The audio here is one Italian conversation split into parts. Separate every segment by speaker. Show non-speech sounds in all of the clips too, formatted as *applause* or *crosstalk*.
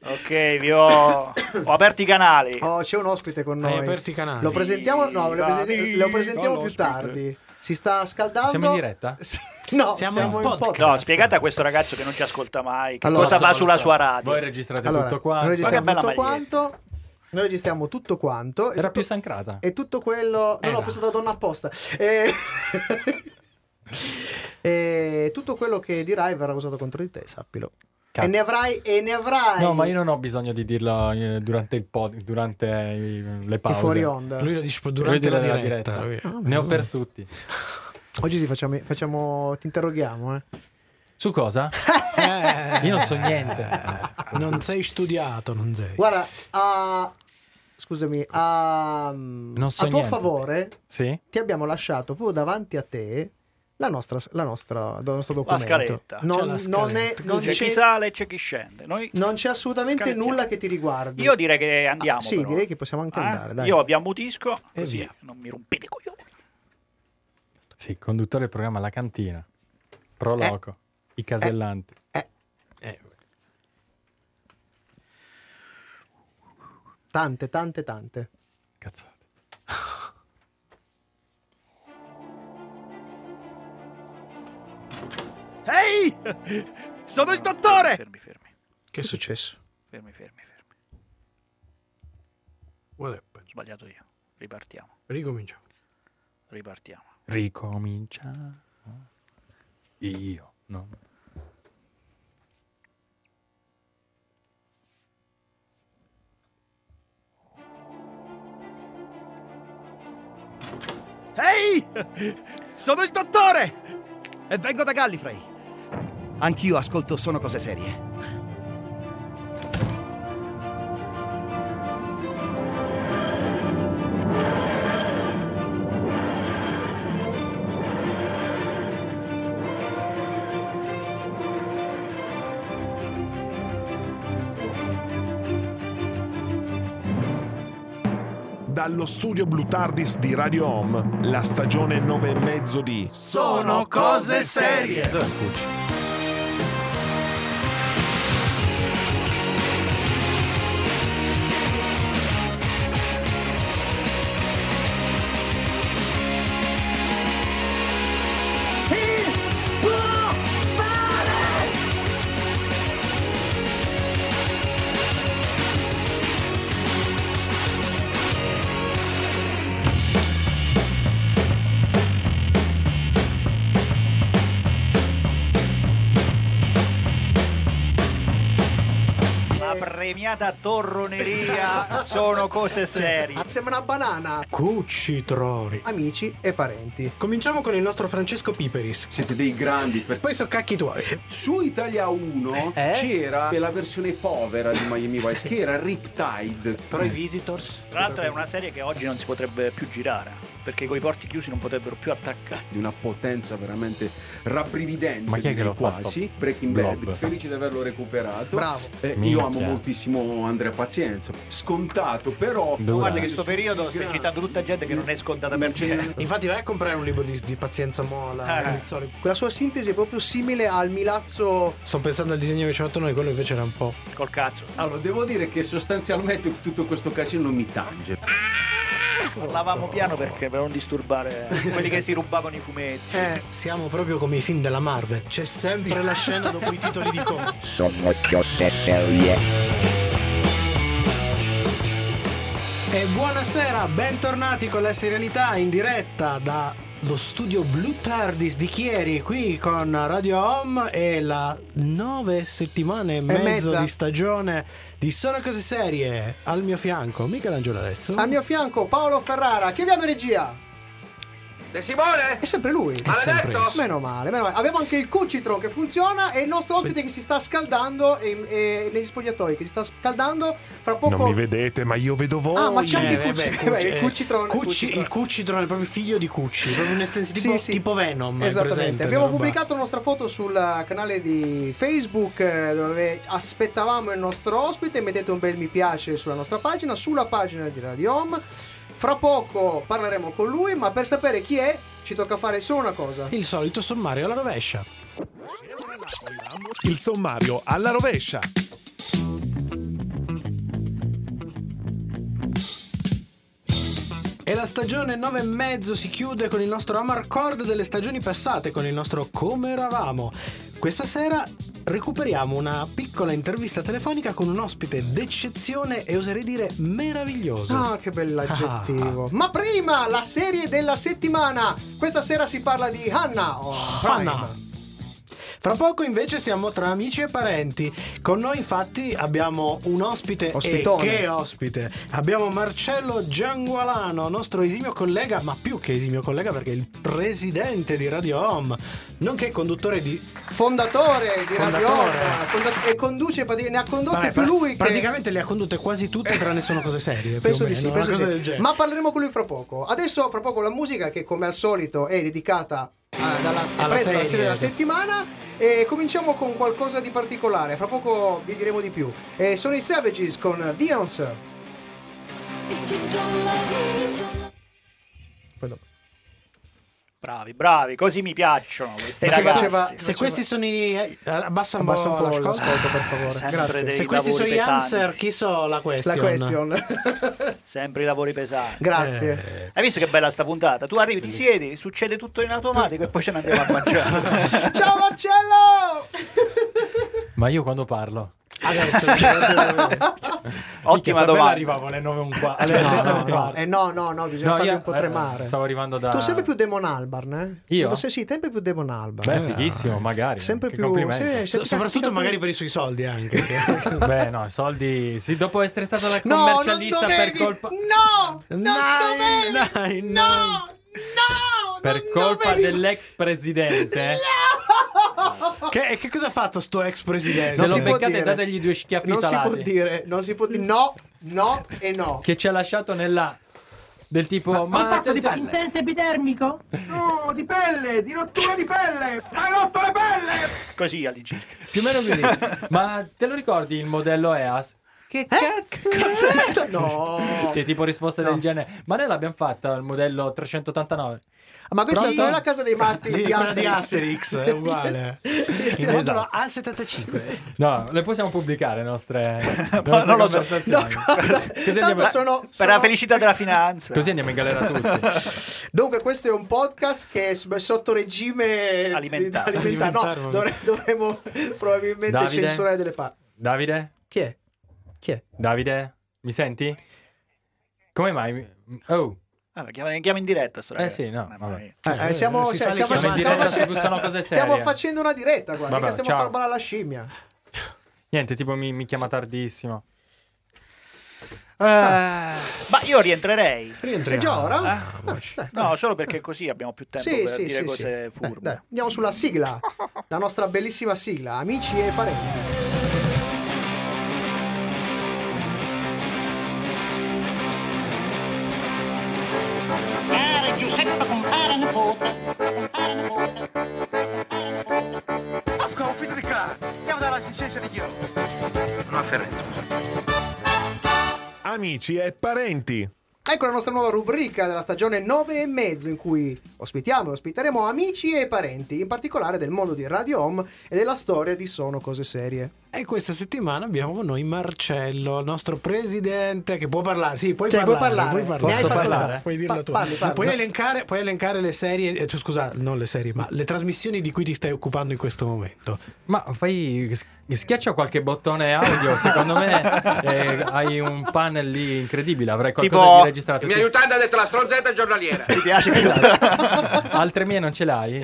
Speaker 1: Ok, vi ho, ho aperto i canali.
Speaker 2: Oh, c'è un ospite con
Speaker 3: Hai
Speaker 2: noi.
Speaker 3: aperto i canali.
Speaker 2: Lo presentiamo? No, lo, presen-
Speaker 1: Viva,
Speaker 2: lo presentiamo
Speaker 1: viva l'ospite.
Speaker 2: più tardi. Si sta scaldando.
Speaker 4: Siamo
Speaker 2: *laughs*
Speaker 4: in diretta?
Speaker 2: No,
Speaker 3: Siamo
Speaker 2: siamo,
Speaker 3: in
Speaker 2: in
Speaker 3: podcast.
Speaker 2: podcast.
Speaker 1: No, spiegate a questo ragazzo che non ci ascolta mai che
Speaker 2: Allora,
Speaker 1: cosa
Speaker 2: sono
Speaker 1: va sulla
Speaker 3: lo so.
Speaker 1: sua radio.
Speaker 4: Voi registrate
Speaker 2: Allora,
Speaker 4: tutto
Speaker 2: noi
Speaker 4: qua.
Speaker 1: Ma che
Speaker 2: registriamo
Speaker 1: bella
Speaker 2: tutto
Speaker 1: maglietta.
Speaker 2: quanto. Noi registriamo tutto quanto. e
Speaker 4: Era
Speaker 2: tutto-
Speaker 4: più sancrata.
Speaker 2: E tutto quello.
Speaker 3: Eh,
Speaker 2: non ho
Speaker 3: va.
Speaker 2: preso da donna apposta. Eh, *laughs* E... e eh, tutto quello che dirai verrà usato contro di te, sappilo.
Speaker 4: Cazzo.
Speaker 2: E ne avrai. E ne avrai.
Speaker 4: No, ma io non ho bisogno di dirlo eh, durante il pod, durante eh, le
Speaker 2: E
Speaker 4: pause.
Speaker 2: fuori onda.
Speaker 3: Lui lo dice proprio durante la
Speaker 4: Lui
Speaker 3: diretta.
Speaker 4: della
Speaker 3: lui.
Speaker 2: Ah,
Speaker 4: Ne ho
Speaker 2: beh.
Speaker 4: per tutti.
Speaker 2: Oggi ti facciamo, facciamo- Ti interroghiamo, eh.
Speaker 4: Su cosa?
Speaker 3: Eh,
Speaker 4: Io non so niente.
Speaker 3: Non sei studiato, non sei.
Speaker 2: Guarda, a. Scusami, a. Non
Speaker 4: so
Speaker 2: a tuo
Speaker 4: niente.
Speaker 2: favore,
Speaker 4: Sì?
Speaker 2: ti abbiamo lasciato proprio davanti a te la nostra, la nostra, il nostro documento.
Speaker 1: scaletta.
Speaker 2: Non,
Speaker 3: C'è la
Speaker 2: non è-
Speaker 3: scaletta.
Speaker 2: non
Speaker 1: c'è chi
Speaker 2: c'è,
Speaker 1: sale e c'è chi scende. Noi
Speaker 2: non c'è assolutamente
Speaker 1: Scalettiamo.
Speaker 2: nulla che ti riguardi.
Speaker 1: Io direi che andiamo.
Speaker 2: Ah, sì,
Speaker 1: però.
Speaker 2: direi che possiamo anche
Speaker 1: Eh?
Speaker 2: andare, dai.
Speaker 1: Io vi ammutisco
Speaker 3: E
Speaker 1: così
Speaker 3: via.
Speaker 1: Non mi rompete i coglioni.
Speaker 4: Sì, conduttore del programma La Cantina. Pro
Speaker 2: Eh.
Speaker 4: Loco. I Casellanti.
Speaker 3: Eh,
Speaker 2: Tante, tante, tante.
Speaker 4: Cazzate.
Speaker 5: Ehi! Sono il dottore!
Speaker 1: Fermi, fermi,
Speaker 3: che è successo?
Speaker 1: fermi, fermi, fermi.
Speaker 3: What happened?
Speaker 1: Ho sbagliato io. Ripartiamo,
Speaker 3: Ricominciamo.
Speaker 1: ripartiamo.
Speaker 4: Ricominciamo. Io. No.
Speaker 5: Ehi! Sono il dottore! E vengo da Gallifrey. Anch'io ascolto sono cose serie.
Speaker 6: Dallo studio Blue Tardis di Radio Home, la stagione 9 e mezzo di
Speaker 5: Sono cose serie!
Speaker 4: Dov'è Pucci?
Speaker 1: La premiata torroneria sono
Speaker 2: Cioè,
Speaker 1: cose serie.
Speaker 2: Sembra una banana. Ah.
Speaker 3: Cucci troni.
Speaker 2: Amici e parenti.
Speaker 3: Cominciamo con il nostro Francesco Piperis.
Speaker 7: Siete dei grandi per...
Speaker 3: Poi so cacchi tuoi.
Speaker 7: Su Italia 1
Speaker 2: Eh?
Speaker 7: c'era la versione povera di Miami Vice che era Riptide. Però i Visitors
Speaker 1: Tra l'altro è una serie che oggi non si potrebbe più girare, perché coi porti chiusi non potrebbero più attaccare.
Speaker 7: di una potenza veramente rabbrividente.
Speaker 4: Ma chi è che
Speaker 7: direi
Speaker 4: lo fa,
Speaker 7: quasi.
Speaker 4: sto
Speaker 7: Breaking Bad,
Speaker 4: blob?
Speaker 7: felice di averlo recuperato.
Speaker 2: Bravo.
Speaker 7: Eh, io
Speaker 4: Minchia.
Speaker 7: amo moltissimo Andrea Pazienza. Scontato, però
Speaker 4: Dura.
Speaker 1: Guarda che in
Speaker 7: Su-
Speaker 1: questo periodo
Speaker 7: su-
Speaker 1: stai citando tutta gente che non è scontata per
Speaker 7: Non c'è-
Speaker 3: *laughs*
Speaker 1: niente.
Speaker 3: Infatti vai a comprare un libro di, di Pazienza Mola.
Speaker 1: Eh.
Speaker 3: Rizzoli.
Speaker 2: Quella sua sintesi è proprio simile al Milazzo.
Speaker 3: Sto pensando al disegno che ci ha fatto noi, quello invece era un po'.
Speaker 1: Col cazzo.
Speaker 7: Allora, devo dire che sostanzialmente tutto questo casino mi tange.
Speaker 1: Parlavamo piano perché per non disturbare quelli che si rubavano i fumetti.
Speaker 2: Eh,
Speaker 3: Siamo proprio come i film della Marvel. C'è sempre la scena dopo i titoli di coda.
Speaker 8: sono cose serie.
Speaker 3: E buonasera, bentornati con la serialità in diretta da lo studio Blue Tardis di Chieri qui con Radio Home e la nove settimane e mezzo
Speaker 2: mezza.
Speaker 3: di stagione di Sono Cose Serie al mio fianco Michelangelo adesso
Speaker 2: al mio fianco Paolo Ferrara. Chi abbiamo in regia?
Speaker 5: De Simone!
Speaker 2: È sempre lui.
Speaker 3: è sempre
Speaker 5: Maledetto!
Speaker 3: esso.
Speaker 2: Meno male, meno male. Abbiamo anche il cucitron che funziona e il nostro ospite che si sta scaldando e, e- negli spogliatoi, che si sta scaldando. Fra poco.
Speaker 6: Non mi vedete, ma io vedo voi.
Speaker 2: Ah, ma c'è anche
Speaker 3: Eh,
Speaker 2: il
Speaker 3: vabbè,
Speaker 2: *laughs* cucitron. il
Speaker 3: Cucci-
Speaker 2: cucitron.
Speaker 3: Cucci- il Cucitron è proprio figlio di Cucci, proprio un'estensi- tipo,
Speaker 2: Sì, sì.
Speaker 3: tipo Venom. è
Speaker 2: Esattamente.
Speaker 3: presente
Speaker 2: Abbiamo
Speaker 3: nella roba.
Speaker 2: pubblicato la nostra foto sul canale di Facebook eh, dove aspettavamo il nostro ospite. Mettete un bel mi piace sulla nostra pagina, sulla pagina di Radio Home. Fra poco parleremo con lui, ma per sapere chi è ci tocca fare solo una cosa.
Speaker 3: il solito sommario alla rovescia.
Speaker 6: Il sommario alla rovescia.
Speaker 3: E la stagione 9 e mezzo si chiude con il nostro Amarcord delle stagioni passate, con il nostro Come eravamo. Questa sera recuperiamo una piccola intervista telefonica con un ospite d'eccezione e oserei dire meraviglioso.
Speaker 2: Ah, che bell'aggettivo.
Speaker 3: Ah.
Speaker 2: Ma prima la serie della settimana. Questa sera si parla di Hanna. o Prime.
Speaker 3: Hanna. Fra poco invece siamo tra amici e parenti. Con noi infatti abbiamo un ospite.
Speaker 2: Ospitone.
Speaker 3: E che ospite? Abbiamo Marcello Giangualano, nostro esimio collega, ma più che esimio collega perché è il presidente di Radio Home, nonché conduttore di...
Speaker 2: Fondatore di Radio
Speaker 3: Fondatore.
Speaker 2: Onda. Fonda- e conduce, praticamente- ne ha condotte
Speaker 3: Vabbè,
Speaker 2: più
Speaker 3: pra-
Speaker 2: lui che...
Speaker 3: Praticamente le ha condotte quasi tutte tranne sono cose serie. più
Speaker 2: Penso
Speaker 3: o
Speaker 2: di
Speaker 3: meno,
Speaker 2: sì,
Speaker 3: una
Speaker 2: penso
Speaker 3: cosa
Speaker 2: di
Speaker 3: del
Speaker 2: sì.
Speaker 3: genere.
Speaker 2: Ma parleremo con lui fra poco. Adesso, fra poco, la musica che come al solito è dedicata eh, dalla, è presa dalla
Speaker 3: serie.
Speaker 2: serie della settimana. E cominciamo con qualcosa di particolare. Fra poco vi diremo di più. Eh, sono i Savages con Dions. Poi dopo.
Speaker 1: Bravi, bravi, così mi piacciono questi
Speaker 2: Ma si
Speaker 1: ragazzi.
Speaker 2: faceva-
Speaker 3: Se questi sono i... eh, Abbassa un po',
Speaker 2: Abbassa un po'
Speaker 3: l'ascolto.
Speaker 2: l'ascolto,
Speaker 3: *laughs*
Speaker 2: per favore.
Speaker 1: Sempre
Speaker 2: Grazie.
Speaker 1: dei
Speaker 3: Se questi sono
Speaker 1: lavori
Speaker 3: gli
Speaker 1: pesanti,
Speaker 3: answer, chi so la question?
Speaker 2: La question. *laughs*
Speaker 1: Sempre i lavori pesanti.
Speaker 2: Grazie.
Speaker 3: Eh,
Speaker 1: Hai visto che bella sta puntata? Tu arrivi, ti siedi, succede tutto in automatico e poi ce ne andiamo a mangiare. *laughs*
Speaker 2: Ciao Marcello!
Speaker 4: Ma io quando parlo?
Speaker 3: adesso mi fate-
Speaker 4: Minchia,
Speaker 1: Ottima
Speaker 4: sapete,
Speaker 1: domanda.
Speaker 4: arrivavo alle 9 e un quarto.
Speaker 2: Eh,
Speaker 4: Alle
Speaker 2: no,
Speaker 4: sette e
Speaker 2: no,
Speaker 4: un
Speaker 2: no,
Speaker 4: quarto.
Speaker 2: eh, no, no, no, bisogna
Speaker 4: No,
Speaker 2: farli
Speaker 4: io,
Speaker 2: un po'
Speaker 4: eh,
Speaker 2: tremare.
Speaker 4: Stavo arrivando da...
Speaker 2: Tu sempre più Demon Albarn, eh?
Speaker 4: Io?
Speaker 2: Sì, sì, sempre più Demon Albarn.
Speaker 4: Beh, fighissimo, magari.
Speaker 2: sempre
Speaker 4: Che
Speaker 2: più...
Speaker 4: complimenti.
Speaker 2: sì,
Speaker 3: So-
Speaker 2: sì,
Speaker 3: soprattutto
Speaker 2: cazzo,
Speaker 3: magari
Speaker 2: capito.
Speaker 3: per i suoi soldi anche.
Speaker 4: *laughs* Beh, no, soldi. Sì, dopo essere stata la
Speaker 2: No, non
Speaker 4: commercialista per
Speaker 2: dovevi!
Speaker 4: colpa.
Speaker 2: No! Non
Speaker 3: Dai,
Speaker 2: dovevi!
Speaker 3: dai,
Speaker 2: no!
Speaker 3: dai.
Speaker 2: No!
Speaker 4: Per
Speaker 2: non
Speaker 4: colpa
Speaker 2: dovevi-
Speaker 4: dell'ex presidente.
Speaker 3: *laughs*
Speaker 4: eh,
Speaker 3: che, che cosa ha fatto sto ex
Speaker 4: Se
Speaker 3: presidente?
Speaker 2: Non
Speaker 4: lo
Speaker 2: si può
Speaker 4: beccate,
Speaker 2: dire.
Speaker 4: dategli due schiaffi
Speaker 2: Non si
Speaker 4: salati.
Speaker 2: può dire, non si può dire... No, no e no.
Speaker 4: Che ci ha lasciato nella. Del tipo. Ma, te li fai-
Speaker 9: epidermico? No, di pelle, di rottura di pelle! Hai rotto le pelle!
Speaker 1: Così all'incirca.
Speaker 4: Più o meno così. ma te lo ricordi il modello EAS? Che cazzo?
Speaker 2: Eh?
Speaker 3: Certo.
Speaker 2: No!
Speaker 4: Cioè, tipo risposte del genere. Ma noi l'abbiamo fatta il modello 389.
Speaker 2: Ma questa
Speaker 4: Pronto?
Speaker 2: non è la casa dei matti
Speaker 3: Di,
Speaker 2: di
Speaker 3: quella di
Speaker 2: Asterix.
Speaker 3: Asterix è
Speaker 2: *laughs*
Speaker 3: uguale. Il modulo
Speaker 4: Esatto.
Speaker 3: A75.
Speaker 4: No, le possiamo pubblicare le
Speaker 2: *laughs*
Speaker 4: nostre, le
Speaker 1: Ma
Speaker 4: nostre
Speaker 1: non lo so.
Speaker 2: No, *laughs*
Speaker 4: conversazioni.
Speaker 2: guarda,
Speaker 4: Così
Speaker 2: tanto
Speaker 4: andiamo-
Speaker 2: sono,
Speaker 1: Per
Speaker 2: Oh, sono-
Speaker 1: la felicità della finanza.
Speaker 4: Così andiamo in galera tutti.
Speaker 2: Dunque, questo è un podcast che è s- sotto regime
Speaker 1: Alimentare.
Speaker 2: alimentare. No,
Speaker 3: Alimentare,
Speaker 2: dovre- dovremmo probabilmente
Speaker 4: Davide?
Speaker 2: censurare delle parti.
Speaker 4: Davide?
Speaker 2: Chi è? Chi è?
Speaker 4: Davide? Mi senti? Come mai? mi- Oh,
Speaker 1: Ah, lo chiama- chiama in diretta sto ragazzo.
Speaker 4: sì, no,
Speaker 1: Mamma
Speaker 4: vabbè.
Speaker 1: mia.
Speaker 2: Eh, eh, siamo,
Speaker 3: si
Speaker 2: cioè,
Speaker 3: fa le
Speaker 2: stiamo,
Speaker 3: chiamate
Speaker 2: facendo,
Speaker 3: in
Speaker 2: stiamo,
Speaker 4: diretta
Speaker 2: facendo,
Speaker 4: su sono cose
Speaker 2: stiamo
Speaker 4: serie.
Speaker 2: facendo una diretta qua.
Speaker 4: Vabbè,
Speaker 2: mica stiamo a
Speaker 4: ciao.
Speaker 2: far balla alla scimmia.
Speaker 4: niente, tipo mi, mi chiama tardissimo.
Speaker 1: Eh, ma io rientrerei.
Speaker 2: È
Speaker 3: Rientriamo.
Speaker 2: già ora?
Speaker 1: Ah,
Speaker 2: Ah, dai,
Speaker 1: No, solo perché così abbiamo più tempo
Speaker 2: Sì,
Speaker 1: per
Speaker 2: sì,
Speaker 1: dire
Speaker 2: sì, sì.
Speaker 1: cose
Speaker 2: Dai,
Speaker 1: furbe.
Speaker 2: dai, Andiamo
Speaker 1: *laughs*
Speaker 2: sulla sigla. La nostra bellissima sigla, amici e parenti.
Speaker 9: Cara Giuseppe, compare nipote, compare nipote.
Speaker 6: Amici e parenti.
Speaker 2: Ecco la nostra nuova rubrica della stagione 9 e mezzo in cui ospitiamo e ospiteremo amici e parenti, in particolare del mondo di Radio Home e della storia di Sono Cose Serie.
Speaker 3: E questa settimana abbiamo con noi Marcello, il nostro presidente, che può parlare. Sì, puoi
Speaker 2: Cioè, puoi
Speaker 3: parlare.
Speaker 2: parlare.
Speaker 3: puoi
Speaker 2: Ne hai
Speaker 3: Posso
Speaker 2: facoltà.
Speaker 3: parlare? Puoi dirla
Speaker 2: Pa-
Speaker 3: tu.
Speaker 2: parli, parli.
Speaker 3: Puoi,
Speaker 2: No.
Speaker 3: elencare, puoi elencare le serie, eh, cioè, scusa, non le serie, ma le trasmissioni di cui ti stai occupando in questo momento.
Speaker 4: Ma fai. s- Schiaccia qualche bottone audio. Secondo
Speaker 2: *laughs*
Speaker 4: me eh, hai un panel lì incredibile. Avrai qualcosa
Speaker 1: Tipo-
Speaker 4: di registrato.
Speaker 10: Mi aiutante ha detto la stronzetta
Speaker 2: *laughs*
Speaker 10: giornaliera.
Speaker 1: Ti piace
Speaker 2: Esatto.
Speaker 1: questa?
Speaker 4: *laughs* Altre mie non ce l'hai?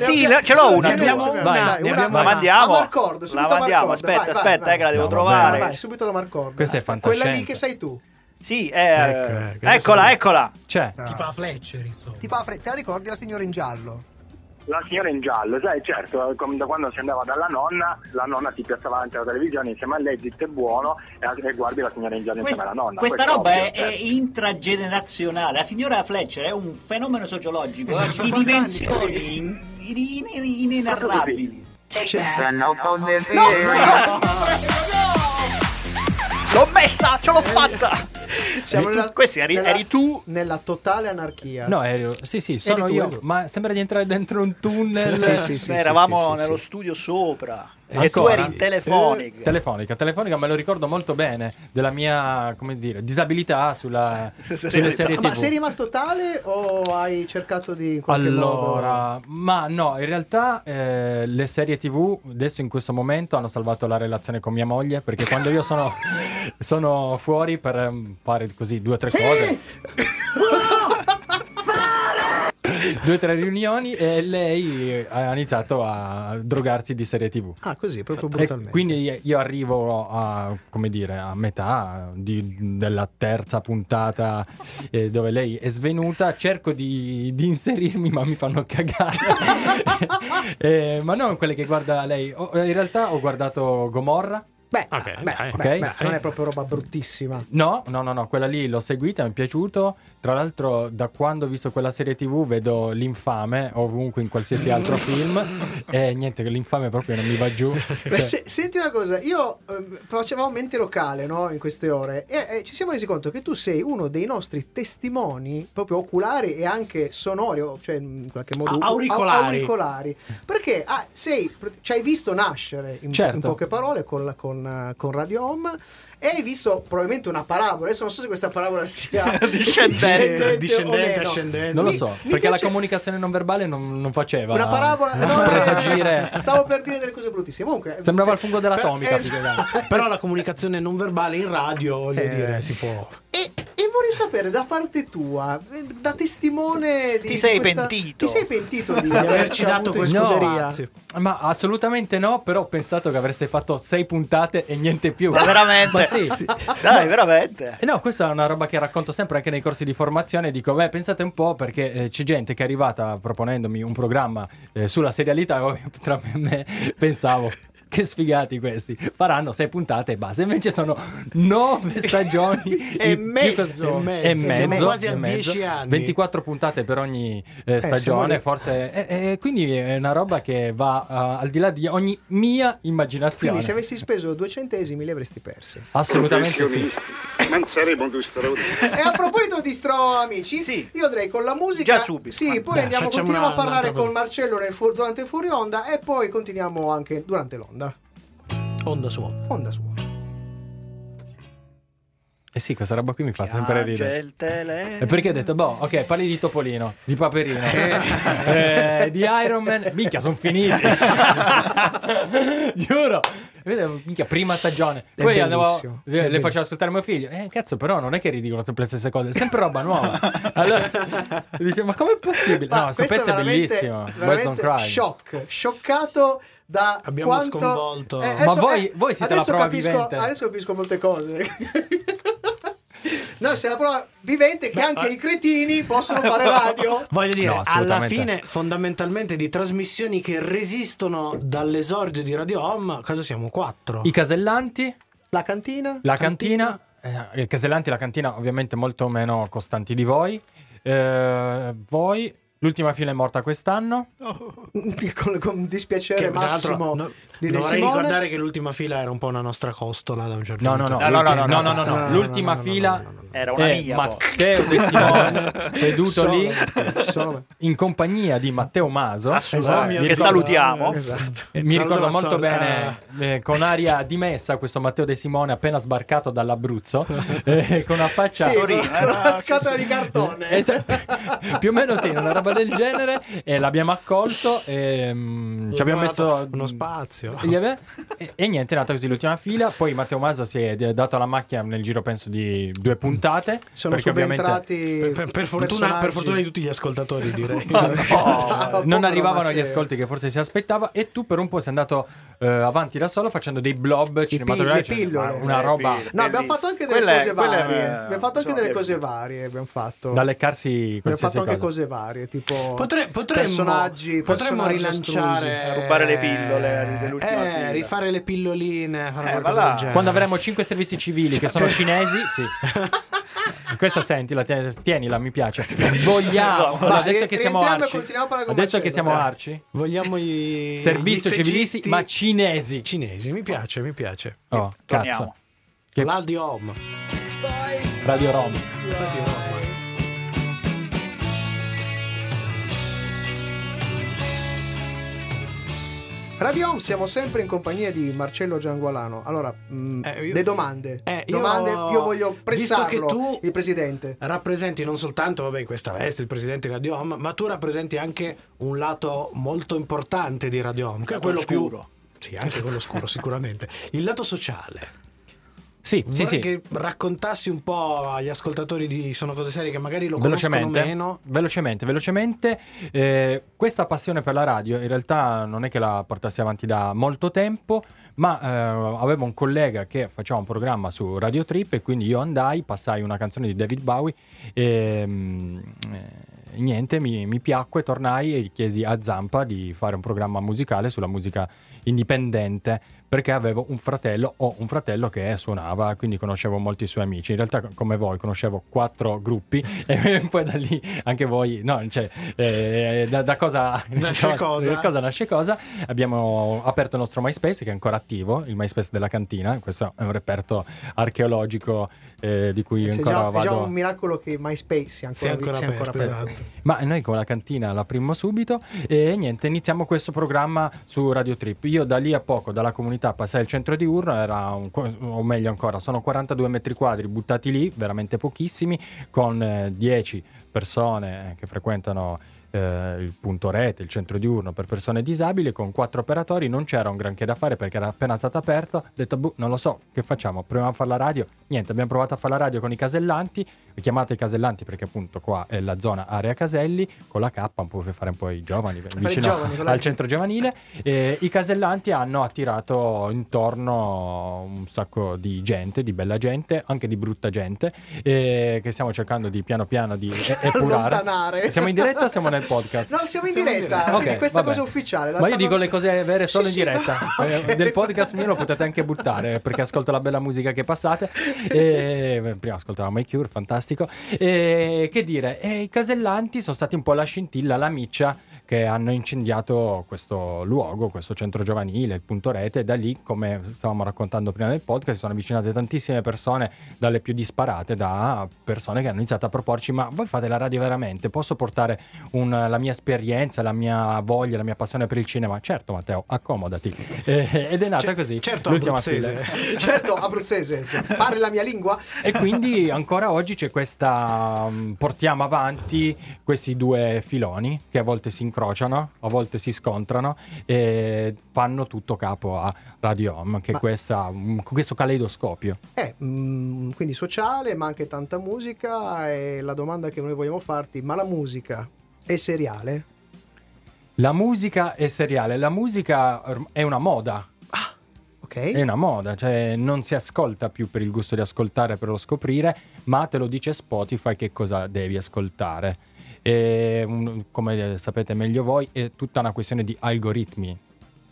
Speaker 1: Sì, la- ce l'ho una.
Speaker 2: Ne abbiamo
Speaker 1: Vai,
Speaker 2: una,
Speaker 4: ne
Speaker 2: dai,
Speaker 4: abbiamo
Speaker 2: una.
Speaker 1: la
Speaker 4: una.
Speaker 1: mandiamo.
Speaker 2: A Marcord, subito
Speaker 1: la mandiamo.
Speaker 2: a Marcord.
Speaker 1: Aspetta,
Speaker 2: Vai, vai,
Speaker 1: aspetta,
Speaker 2: vai.
Speaker 1: eh, che la devo
Speaker 4: No, vabbè.
Speaker 1: trovare.
Speaker 2: Vai, vai, subito la Marcord.
Speaker 4: Questa è
Speaker 2: Quella lì
Speaker 4: fantascienza.
Speaker 2: che sei tu.
Speaker 1: Sì, eh,
Speaker 3: Ecco, eh, che
Speaker 1: eccola,
Speaker 3: adesso-
Speaker 1: eccola.
Speaker 4: C'è.
Speaker 3: Tipo a Fletcher, insomma.
Speaker 2: Tipo, a Ah. fre- te la ricordi la signora in giallo?
Speaker 9: La signora in giallo, sai, certo, com- da quando si andava dalla nonna, la nonna si piazzava davanti alla televisione insieme a lei, zitto e buono, e, la- e guardi la signora in giallo insieme alla nonna.
Speaker 10: questa
Speaker 9: Questo
Speaker 10: roba
Speaker 9: ovvio,
Speaker 10: è, è
Speaker 9: certo.
Speaker 10: intragenerazionale. La signora Fletcher è un fenomeno
Speaker 2: *laughs*
Speaker 10: sociologico eh, di
Speaker 2: 50 anni,
Speaker 10: dimensioni in- in- in- inenarrabili.
Speaker 8: Sono cose
Speaker 2: No,
Speaker 8: serie.
Speaker 2: no,
Speaker 1: L'ho messa, ce l'ho fatta.
Speaker 2: Siamo
Speaker 1: Eri tu-
Speaker 2: nella-
Speaker 1: questi eri,
Speaker 2: nella-
Speaker 1: eri tu.
Speaker 2: Nella totale anarchia.
Speaker 4: No, ero- sì, sì, sono
Speaker 2: tu,
Speaker 4: io.
Speaker 2: eri tu.
Speaker 4: ma sembra di entrare dentro un tunnel.
Speaker 2: Sì, sì, sì,
Speaker 1: Eravamo
Speaker 2: sì, Ecco. sì,
Speaker 1: nello studio sopra. E tu eri in telefonica.
Speaker 4: Eh, telefonica, telefonica, me lo ricordo molto bene della mia, come dire, disabilità sulla, sulle serie TV.
Speaker 2: Ma sei rimasto tale o hai cercato di in qualche modo...
Speaker 4: Allora, ma no, in realtà eh, le serie TV adesso in questo momento hanno salvato la relazione con mia moglie perché quando
Speaker 2: *laughs*
Speaker 4: io sono, sono fuori per ehm, fare così due o tre cose, *laughs* due o tre riunioni e lei ha iniziato a drogarsi di serie TV.
Speaker 3: Ah, così, proprio
Speaker 2: Eh,
Speaker 4: E
Speaker 3: brutalmente. *laughs*
Speaker 4: quindi io arrivo a, come dire, a metà di- della terza puntata eh, dove lei è svenuta, cerco di, di inserirmi ma mi fanno cagare. *laughs* Eh, ma non quelle che guarda lei. Ho- in realtà ho guardato Gomorra.
Speaker 2: Beh,
Speaker 3: Ok,
Speaker 2: beh,
Speaker 3: dai.
Speaker 2: beh,
Speaker 4: Ok.
Speaker 2: beh, non è proprio roba bruttissima.
Speaker 4: No, no, no, no, quella lì l'ho seguita, mi è piaciuto. Tra l'altro, da quando ho visto quella serie TV vedo l'infame ovunque in qualsiasi altro film. E niente, che l'infame proprio non mi va giù.
Speaker 2: Beh,
Speaker 4: Cioè,
Speaker 2: Eh, se- senti una cosa, io ehm, facevamo mente locale no, in queste ore e eh, ci siamo resi conto che tu sei uno dei nostri testimoni proprio oculari e anche sonori, o cioè in qualche modo
Speaker 3: A-
Speaker 2: au-
Speaker 3: auricolari.
Speaker 2: auricolari. perché ah, sei- ci hai visto nascere in,
Speaker 4: Certo.
Speaker 2: in poche parole con, con, eh, con Radio Home e hai visto probabilmente una parabola, adesso non so se questa parabola sia
Speaker 3: *laughs* Discendente,
Speaker 2: discendente, o meno.
Speaker 3: ascendente.
Speaker 4: non lo
Speaker 2: mi-
Speaker 4: so,
Speaker 2: mi
Speaker 4: perché la
Speaker 2: piace-
Speaker 4: comunicazione non verbale non, non faceva.
Speaker 2: Una parabola,
Speaker 4: non
Speaker 2: no, no,
Speaker 4: presagire.
Speaker 2: eh, stavo per dire delle cose bruttissime. Comunque, eh,
Speaker 4: Sembrava
Speaker 2: se-
Speaker 4: il fungo dell'atomica.
Speaker 2: Esatto.
Speaker 4: più che altro.
Speaker 3: *laughs* Però la comunicazione non verbale in radio, voglio
Speaker 2: Eh.
Speaker 3: dire, si può.
Speaker 2: E, e vorrei sapere da parte tua, eh, da testimone di
Speaker 1: Ti sei
Speaker 2: di questa-
Speaker 1: pentito?
Speaker 2: Ti sei pentito di,
Speaker 3: Di averci dato
Speaker 2: avuto
Speaker 3: questo
Speaker 2: in
Speaker 4: No.
Speaker 2: scuderia?
Speaker 3: spazio.
Speaker 4: Ma assolutamente no, però ho pensato che avreste fatto sei puntate e niente più.
Speaker 1: Ma veramente?
Speaker 4: Ma sì.
Speaker 1: Dai, veramente.
Speaker 4: E Eh no, questa è una roba che racconto sempre anche nei corsi di formazione. Dico, beh, pensate un po' perché eh, c'è gente che è arrivata proponendomi un programma eh, sulla serialità. e poi *laughs* Tra me pensavo. Che sfigati questi, faranno sei puntate e basta. Invece sono nove stagioni
Speaker 2: E
Speaker 4: i-
Speaker 2: mezzo,
Speaker 4: più cosa-
Speaker 3: e mezzo.
Speaker 4: e
Speaker 3: Siamo
Speaker 4: mezzo,
Speaker 3: quasi a
Speaker 4: e mezzo.
Speaker 3: 10 anni.
Speaker 4: 24 puntate per ogni
Speaker 2: siamo lì.
Speaker 4: eh, stagione, forse. E, e quindi è una roba che va eh, al di là di ogni mia immaginazione.
Speaker 2: Quindi se avessi speso due centesimi li avresti persi.
Speaker 4: Assolutamente sì.
Speaker 9: Non saremo due straordinari.
Speaker 2: E a proposito di Stro Amici,
Speaker 1: Sì.
Speaker 2: io direi con la musica.
Speaker 1: Già subito.
Speaker 2: Sì, poi
Speaker 3: Beh,
Speaker 2: andiamo,
Speaker 3: facciamo
Speaker 2: continuiamo a
Speaker 3: una-
Speaker 2: parlare
Speaker 3: un'altra
Speaker 2: con Marcello nel fu- durante il Fuori Onda e poi continuiamo anche durante l'onda.
Speaker 3: Onda su onda.
Speaker 2: Onda sua.
Speaker 4: Eh sì, questa roba qui mi fa sempre ridere.
Speaker 1: il tele.
Speaker 4: E perché ho detto, boh, ok, parli di Topolino, di Paperino, eh, di Iron Man. Minchia, sono
Speaker 2: *laughs*
Speaker 4: finiti. Giuro. Vedevo, Minchia, prima stagione.
Speaker 2: È
Speaker 4: Poi andavo, eh,
Speaker 2: bellissimo, è
Speaker 4: le
Speaker 2: bellissimo.
Speaker 4: facevo ascoltare mio figlio. Eh, cazzo, però non è che ridicono sempre le stesse cose, è sempre roba nuova. Allora, dice, ma com'è possibile?
Speaker 2: Ma
Speaker 4: no, questo pezzo è
Speaker 2: veramente-
Speaker 4: bellissimo. Boys Don't
Speaker 2: veramente
Speaker 4: Cry.
Speaker 2: Shock, scioccato da
Speaker 3: Abbiamo
Speaker 2: quanto... Eh,
Speaker 3: sconvolto. Ma
Speaker 2: adesso-
Speaker 4: voi- voi siete
Speaker 2: adesso
Speaker 4: la prova
Speaker 2: capisco,
Speaker 4: vivente.
Speaker 2: Adesso capisco molte cose. No, sei la prova vivente che anche
Speaker 3: eh.
Speaker 2: i cretini possono fare radio.
Speaker 3: *laughs* Voglio dire,
Speaker 4: No,
Speaker 3: alla
Speaker 4: assolutamente.
Speaker 3: fine, fondamentalmente, di trasmissioni che resistono dall'esordio di Radio Home, cosa siamo? Quattro.
Speaker 4: I Casellanti,
Speaker 2: La cantina?
Speaker 4: la cantina. eh, I Casellanti, la cantina, ovviamente molto meno costanti di voi. Eh, voi, l'ultima fila è morta quest'anno.
Speaker 2: *laughs* Con, con dispiacere
Speaker 3: Che, tra l'altro,
Speaker 2: massimo
Speaker 3: no-
Speaker 2: di De
Speaker 3: dovrei
Speaker 2: Simone.
Speaker 3: ricordare che l'ultima fila era un po' una nostra costola da un certo
Speaker 4: No, no,
Speaker 3: punto.
Speaker 4: no, no, no, no, no, no,
Speaker 3: L'ultima-
Speaker 4: no, l'ultima fila
Speaker 1: Era una
Speaker 4: è
Speaker 1: mia. poi.
Speaker 4: Eh, Matteo De Simone seduto
Speaker 2: Solo-
Speaker 4: lì
Speaker 2: solo-
Speaker 4: in compagnia di Matteo Maso.
Speaker 1: Assolutamente.
Speaker 3: Oh, mi
Speaker 1: Che
Speaker 3: ricordo-
Speaker 1: salutiamo.
Speaker 3: Esatto.
Speaker 4: Eh, Mi ricordo
Speaker 3: Salutava
Speaker 4: molto
Speaker 3: Sol-
Speaker 4: bene eh, con aria dimessa questo Matteo De Simone appena sbarcato dall'Abruzzo eh, con una faccia
Speaker 2: Sì,
Speaker 1: Torino,
Speaker 2: con
Speaker 1: era-
Speaker 2: la scatola di cartone.
Speaker 4: Eh, se- più o meno sì, una roba del genere e l'abbiamo accolto e mm,
Speaker 3: eh,
Speaker 4: ci abbiamo messo Eh,
Speaker 3: dato uno spazio.
Speaker 4: E, gli ave- e- e niente, è nata così l'ultima fila. Poi Matteo Maso si è d- dato alla macchia nel giro, penso, di due puntate.
Speaker 2: Sono
Speaker 4: perché ovviamente
Speaker 2: subentrati
Speaker 3: Per, per-
Speaker 4: eh,
Speaker 3: per fortuna, per
Speaker 2: personaggi.
Speaker 3: fortuna
Speaker 4: *laughs*
Speaker 3: di tutti gli ascoltatori, direi.
Speaker 2: Ah,
Speaker 1: Oh,
Speaker 4: non
Speaker 2: povero
Speaker 4: arrivavano
Speaker 2: Matteo.
Speaker 4: gli ascolti che forse si aspettava. E tu per un po' sei andato eh, avanti da solo facendo dei blob cinematografici.
Speaker 2: pi- le pillole.
Speaker 4: una roba
Speaker 2: No, abbiamo fatto anche delle
Speaker 1: Quella è-
Speaker 2: cose
Speaker 1: quella è-
Speaker 2: varie. abbiamo fatto anche
Speaker 1: sono
Speaker 2: delle
Speaker 1: delle-
Speaker 2: cose varie. Abbiamo fatto,
Speaker 4: da leccarsi
Speaker 2: abbiamo
Speaker 4: qualsiasi
Speaker 2: fatto anche
Speaker 4: cosa.
Speaker 2: cose varie, tipo
Speaker 3: Potre- potremmo,
Speaker 2: personaggi,
Speaker 3: potremmo
Speaker 2: personaggi
Speaker 3: rilanciare
Speaker 1: astrusi. Rubare le pillole dell'ultima
Speaker 3: eh,
Speaker 1: fila.
Speaker 3: rifare le pilloline, fare
Speaker 1: Eh,
Speaker 3: qualcosa
Speaker 1: va là.
Speaker 3: del genere.
Speaker 4: Quando avremo cinque servizi civili
Speaker 2: *laughs*
Speaker 4: che sono cinesi, sì. Questa sentila, tie- tienila,
Speaker 2: *laughs*
Speaker 4: mi piace. Vogliamo.
Speaker 2: Va,
Speaker 4: Allora, adesso
Speaker 2: ri-
Speaker 4: che
Speaker 2: rientriamo
Speaker 4: siamo
Speaker 2: e
Speaker 4: arci.
Speaker 2: continuiamo a parlare con
Speaker 4: Adesso che
Speaker 2: Marcello,
Speaker 4: siamo
Speaker 2: dai.
Speaker 4: arci.
Speaker 3: vogliamo gli
Speaker 4: Servizio
Speaker 3: gli
Speaker 4: civilisti,
Speaker 3: stagisti
Speaker 4: ma cinesi.
Speaker 3: cinesi, mi piace, mi piace.
Speaker 4: Oh, cazzo.
Speaker 1: Torniamo.
Speaker 4: Che-
Speaker 3: L'Aldi Home.
Speaker 4: Radio Rom.
Speaker 3: Radio Home.
Speaker 2: Radio Home siamo sempre in compagnia di Marcello Giangualano. Allora, mh,
Speaker 3: Eh, io-
Speaker 2: le domande.
Speaker 3: Eh, io-
Speaker 2: domande, io voglio
Speaker 3: visto che
Speaker 2: pressarlo,
Speaker 3: tu-
Speaker 2: il presidente.
Speaker 3: rappresenti non soltanto vabbè, in questa veste il presidente di Radio Home, ma tu rappresenti anche un lato molto importante di Radio Home, che è
Speaker 1: Lato
Speaker 3: quello
Speaker 1: oscuro.
Speaker 3: più Sì, anche quello scuro sicuramente. Il lato sociale.
Speaker 4: Sì, sì,
Speaker 3: Vorrei
Speaker 4: sì.
Speaker 3: che raccontassi un po' agli ascoltatori di Sono cose serie che magari lo conoscono
Speaker 4: velocemente,
Speaker 3: meno.
Speaker 4: velocemente, velocemente. Eh, questa passione per la radio in realtà non è che la portassi avanti da molto tempo, ma eh, avevo un collega che faceva un programma su Radio Trip e quindi io andai, passai una canzone di David Bowie e mm, eh, niente, mi, mi piacque, tornai e chiesi a Zampa di fare un programma musicale sulla musica indipendente perché avevo un fratello o un fratello che suonava, quindi conoscevo molti suoi amici. In realtà, come voi, conoscevo quattro gruppi *laughs* e poi da lì anche voi, no, cioè, eh, da,
Speaker 2: *laughs*
Speaker 4: da *laughs* cosa
Speaker 3: Nasce
Speaker 4: da
Speaker 3: cosa.
Speaker 4: nasce cosa. Abbiamo aperto il nostro MySpace che è ancora attivo, il MySpace della cantina. Questo è un reperto archeologico eh, di cui io
Speaker 2: Se
Speaker 4: ancora
Speaker 2: già- è
Speaker 4: vado.
Speaker 2: già un miracolo che MySpace sia ancora,
Speaker 3: Sei ancora
Speaker 2: sia
Speaker 3: aperto,
Speaker 2: ancora aperto.
Speaker 3: esatto.
Speaker 4: Ma noi con la cantina la primo subito e niente, iniziamo questo programma su Radio Trip. Io da lì a poco, dalla comunità, passai al centro di Urno, era un co- o meglio ancora, sono 42 metri quadri buttati lì, veramente pochissimi, con eh, 10 persone eh, che frequentano eh, il punto rete, il centro diurno per persone disabili, con quattro operatori, non c'era un granché da fare perché era appena stato aperto, ho detto "Boh, non lo so, che facciamo? Proviamo a fare la radio? Niente, abbiamo provato a fare la radio con i casellanti, chiamate i casellanti perché appunto qua è la zona area caselli, con la K un po' per fare un po' i giovani, vicino
Speaker 2: giovani, con la-
Speaker 4: al centro giovanile, e i casellanti hanno attirato intorno un sacco di gente, di bella gente, anche di brutta gente, eh, che stiamo cercando di piano
Speaker 2: *laughs*
Speaker 4: piano di e- epurare.
Speaker 2: Allontanare.
Speaker 4: Siamo in diretta o siamo nel podcast?
Speaker 2: No, siamo in
Speaker 3: Siamo in
Speaker 2: diretta,
Speaker 3: diretta.
Speaker 2: quindi
Speaker 4: Ok,
Speaker 2: questa
Speaker 4: vabbè.
Speaker 2: cosa è ufficiale. la
Speaker 4: Ma io
Speaker 2: stanno-
Speaker 4: dico le cose vere solo
Speaker 2: Sì,
Speaker 4: in
Speaker 2: sì,
Speaker 4: diretta.
Speaker 2: no, *laughs*
Speaker 4: Eh,
Speaker 2: ok.
Speaker 4: Del podcast mio lo potete anche buttare perché ascolto la bella musica che passate. E, beh, prima ascoltavamo i Cure, fantastico. E, che dire, e i casellanti sono stati un po' la scintilla, la miccia che hanno incendiato questo luogo, questo centro giovanile, il punto rete. E da lì, come stavamo raccontando prima del podcast, si sono avvicinate tantissime persone, dalle più disparate, da persone che hanno iniziato a proporci: ma voi fate la radio veramente? Posso portare un- la mia esperienza, la mia voglia, la mia passione per il cinema? Certo, Matteo, accomodati. Eh, ed è nata
Speaker 3: Cer-
Speaker 4: così.
Speaker 3: certo
Speaker 4: l'ultima
Speaker 3: abruzzese.
Speaker 4: fila.
Speaker 2: *laughs* Certo, abruzzese, parli la mia lingua.
Speaker 4: E quindi ancora oggi c'è questa. mm, Portiamo avanti questi due filoni che a volte si incrociano, a volte si scontrano e fanno tutto capo a Radio Home, che è
Speaker 2: Ma-
Speaker 4: questa, mm, questo caleidoscopio.
Speaker 2: Eh, mm, quindi sociale, ma anche tanta musica. E la domanda che noi vogliamo farti, ma la musica è seriale?
Speaker 4: La musica è seriale, la musica orm- è una moda.
Speaker 2: Ok?
Speaker 4: È una moda, cioè non si ascolta più per il gusto di ascoltare, per lo scoprire, ma te lo dice Spotify che cosa devi ascoltare. E, un- come sapete meglio voi, è tutta una questione di algoritmi.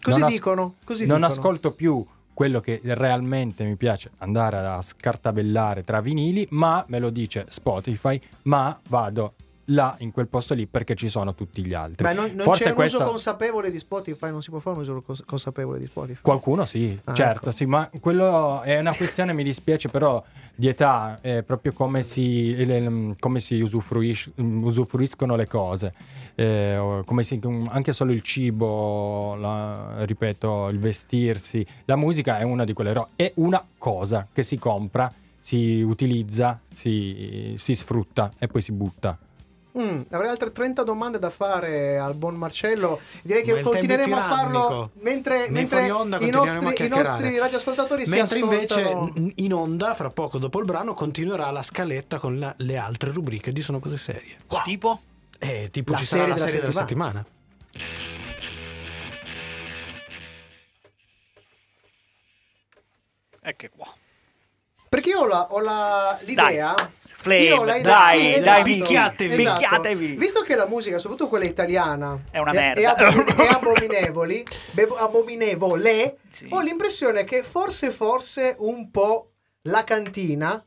Speaker 2: Così
Speaker 4: Non as-
Speaker 2: dicono, così
Speaker 4: non
Speaker 2: dicono.
Speaker 4: ascolto più quello che realmente mi piace andare a scartabellare tra vinili, ma me lo dice Spotify, ma vado là in quel posto lì perché ci sono tutti gli altri.
Speaker 2: Ma non, non
Speaker 4: Forse
Speaker 2: c'è un
Speaker 4: questa-
Speaker 2: uso consapevole di Spotify, non si può fare un uso cons- consapevole di Spotify.
Speaker 4: Qualcuno sì,
Speaker 2: Ah,
Speaker 4: certo,
Speaker 2: ecco.
Speaker 4: sì, ma quello è una questione, mi dispiace, però di età, è proprio come si, le- come si usufruisce- usufruiscono le cose, Eh, o come si- anche solo il cibo, la- ripeto, il vestirsi, la musica è una di quelle robe, è una cosa che si compra, si utilizza, si, si sfrutta e poi si butta.
Speaker 2: Mm, avrei altre 30 domande da fare al buon Marcello. Direi
Speaker 3: Ma
Speaker 2: che
Speaker 3: il tempo è
Speaker 2: continueremo a farlo
Speaker 3: tirannico.
Speaker 2: mentre,
Speaker 3: Nei
Speaker 2: mentre
Speaker 3: fuori onda
Speaker 2: i,
Speaker 3: continueremo a
Speaker 2: nostri, i
Speaker 3: chiacchierare.
Speaker 2: nostri radioascoltatori
Speaker 3: Mentre
Speaker 2: si ascoltano.
Speaker 3: invece n- in onda, fra poco dopo il brano, continuerà la scaletta con la- le altre rubriche di Sono cose serie.
Speaker 1: Tipo?
Speaker 3: Eh, tipo
Speaker 2: La
Speaker 3: ci sarà
Speaker 2: serie
Speaker 3: la
Speaker 2: della
Speaker 3: serie della settimana.
Speaker 1: Ecco qua.
Speaker 2: Perché io ho la, ho la- l'idea.
Speaker 1: Flame,
Speaker 2: io ho la-
Speaker 1: dai,
Speaker 2: sì,
Speaker 1: dai,
Speaker 2: esatto,
Speaker 1: picchiatevi,
Speaker 2: esatto.
Speaker 1: picchiatevi.
Speaker 2: Visto che la musica, soprattutto quella italiana,
Speaker 1: È una
Speaker 2: È,
Speaker 1: merda. *laughs*
Speaker 2: abomin- è abominevoli, bevo- abominevole,
Speaker 1: Sì.
Speaker 2: ho l'impressione che forse, forse un po' la cantina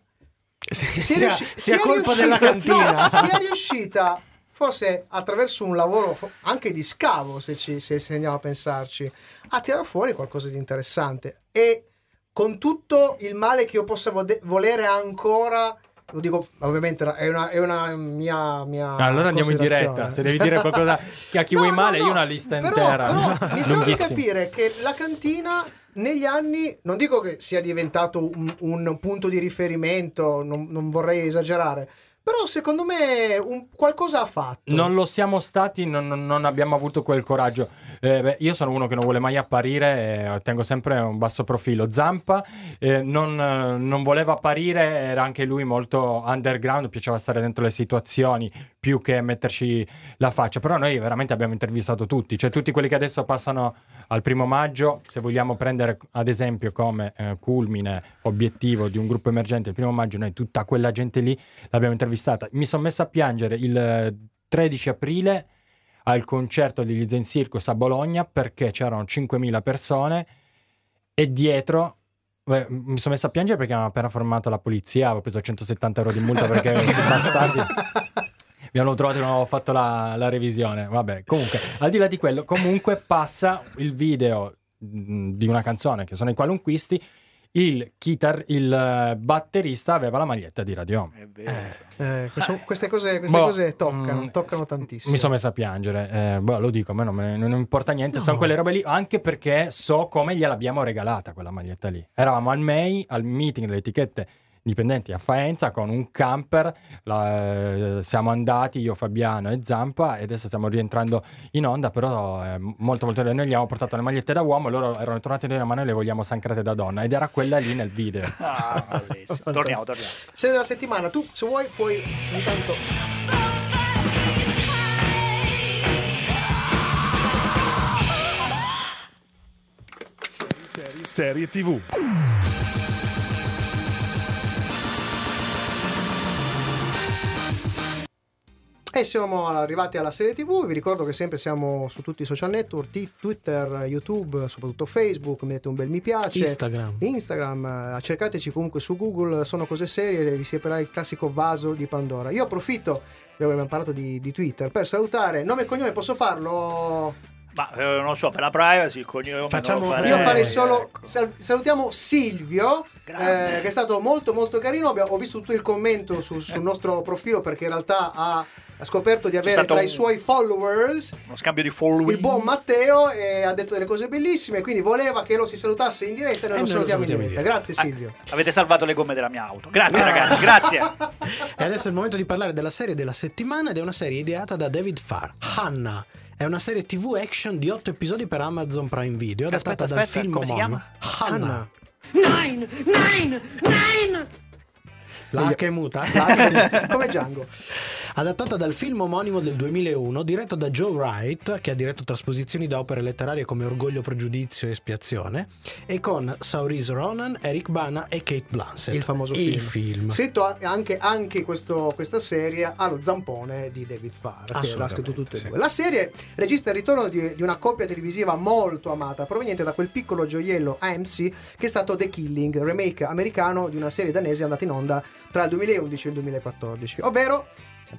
Speaker 3: *laughs* sia,
Speaker 2: riusci-
Speaker 3: sia colpa
Speaker 2: riuscita-
Speaker 3: della cantina.
Speaker 2: no, sia riuscita forse attraverso un lavoro fo- anche di scavo se, ci, se, se andiamo a pensarci a tirare fuori qualcosa di interessante e con tutto il male che io possa vode- volere ancora Lo dico, ovviamente, è una, è una mia, mia
Speaker 4: allora andiamo in
Speaker 2: Ah, considerazione.
Speaker 4: diretta. Se devi dire
Speaker 2: *laughs*
Speaker 4: qualcosa che a chi vuoi male, io ho una lista
Speaker 2: Però-
Speaker 4: intera. *laughs*
Speaker 2: però mi sembra di
Speaker 4: lunghissima.
Speaker 2: capire che la cantina negli anni non dico che sia diventato un, un punto di riferimento, non, non vorrei esagerare, però secondo me un- qualcosa ha fatto.
Speaker 4: Non lo siamo stati, non, non- non abbiamo avuto quel coraggio. Eh, beh, io sono uno che non vuole mai apparire, eh, tengo sempre un basso profilo. Zampa eh, non, eh, non voleva apparire, era anche lui molto underground, piaceva stare dentro le situazioni più che metterci la faccia. Però noi veramente abbiamo intervistato tutti, cioè tutti quelli che adesso passano al primo maggio, se vogliamo prendere ad esempio come eh, culmine obiettivo di un gruppo emergente il primo maggio, noi tutta quella gente lì l'abbiamo intervistata. Mi sono messa a piangere il eh, 13 aprile al concerto degli Zen Circus a Bologna perché c'erano 5.000 persone e dietro beh, mi sono messa a piangere perché avevano appena formato la polizia, avevo preso 170 euro di multa perché ero *laughs*
Speaker 2: *laughs*
Speaker 4: sì bastardi. Mi hanno trovato e non avevo fatto la, la revisione. Vabbè, comunque, al di là di quello, comunque passa il video mh, di una canzone che sono i qualunquisti. Il, chitar- il eh, batterista aveva la maglietta di Radio Home.
Speaker 1: È vero.
Speaker 2: Eh, questo- queste cose, queste
Speaker 4: Ah, Boh,
Speaker 2: cose toccano,
Speaker 4: mm,
Speaker 2: toccano
Speaker 4: s-
Speaker 2: tantissimo.
Speaker 4: Mi sono messo a piangere, eh, boh, lo dico, a me non, me- non importa niente, sono quelle robe lì, anche perché so come gliel'abbiamo regalata quella maglietta lì. Eravamo al MEI, al meeting delle etichette dipendenti a Faenza con un camper, la- eh, siamo andati io, Fabiano e Zampa e adesso stiamo rientrando in onda, però eh, molto molto noi gli abbiamo portato le magliette da uomo, loro erano tornati da noi, ma noi le vogliamo sancrate da donna ed era quella lì nel video.
Speaker 1: Ah, bellissimo. torniamo, torniamo.
Speaker 2: Se della settimana, tu se vuoi puoi intanto...
Speaker 6: Serie TV.
Speaker 2: E siamo arrivati alla serie TV, vi ricordo che sempre siamo su tutti i social network, Ti- Twitter, YouTube, soprattutto Facebook, mettete un bel mi piace.
Speaker 3: Instagram.
Speaker 2: Instagram, eh, cercateci comunque su Google, sono cose serie e vi si aprirà il classico vaso di Pandora. Io approfitto, che abbiamo parlato di, di Twitter, per salutare nome e cognome, posso farlo?
Speaker 1: Ma eh, non lo so, per la privacy il cognome
Speaker 3: Facciamo-
Speaker 1: non lo
Speaker 2: Io
Speaker 1: farei. ecco.
Speaker 2: farei
Speaker 3: Eh,
Speaker 2: solo, sal- salutiamo Silvio,
Speaker 1: Grande.
Speaker 2: eh, che è stato molto molto carino, Abbiamo- ho visto tutto il commento su- sul nostro profilo perché in realtà ha... ha scoperto di avere
Speaker 1: stato
Speaker 2: tra i
Speaker 1: un-
Speaker 2: suoi followers
Speaker 1: Uno scambio di following.
Speaker 2: il buon Matteo eh, ha detto delle cose bellissime, quindi voleva che lo si salutasse in diretta e noi lo
Speaker 3: E noi lo
Speaker 2: salutiamo in
Speaker 3: salutiamo in
Speaker 2: diretta. Grazie Silvio.
Speaker 1: Avete salvato le gomme della mia auto. Grazie
Speaker 2: *laughs*
Speaker 1: ragazzi, grazie.
Speaker 3: E adesso è il momento di parlare della serie della settimana ed è una serie ideata da David Farr, Hannah. È una serie TV action di 8 episodi per Amazon Prime Video,
Speaker 1: Aspetta,
Speaker 3: adattata dal
Speaker 1: aspetta,
Speaker 3: film
Speaker 1: come si
Speaker 3: omonimo. Hannah.
Speaker 2: Anna.
Speaker 11: Nine, nine, nine.
Speaker 3: La H è muta?
Speaker 2: Come Django.
Speaker 3: *laughs* Adattata dal film omonimo del 2001, diretto da Joe Wright, che ha diretto trasposizioni da opere letterarie come Orgoglio, Pregiudizio e Espiazione, e con Saoirse Ronan, Eric Bana e Kate Blanchett.
Speaker 2: Il famoso film.
Speaker 3: Il film.
Speaker 2: Scritto a- anche, anche questo- questa serie allo zampone di David Farr, che l'ha
Speaker 3: Assolutamente,
Speaker 2: scritto tutte e
Speaker 3: sì.
Speaker 2: due. La serie registra il ritorno di, di una coppia televisiva molto amata, proveniente da quel piccolo gioiello AMC che è stato The Killing, remake americano di una serie danese andata in onda tra il 2011 e il 2014, ovvero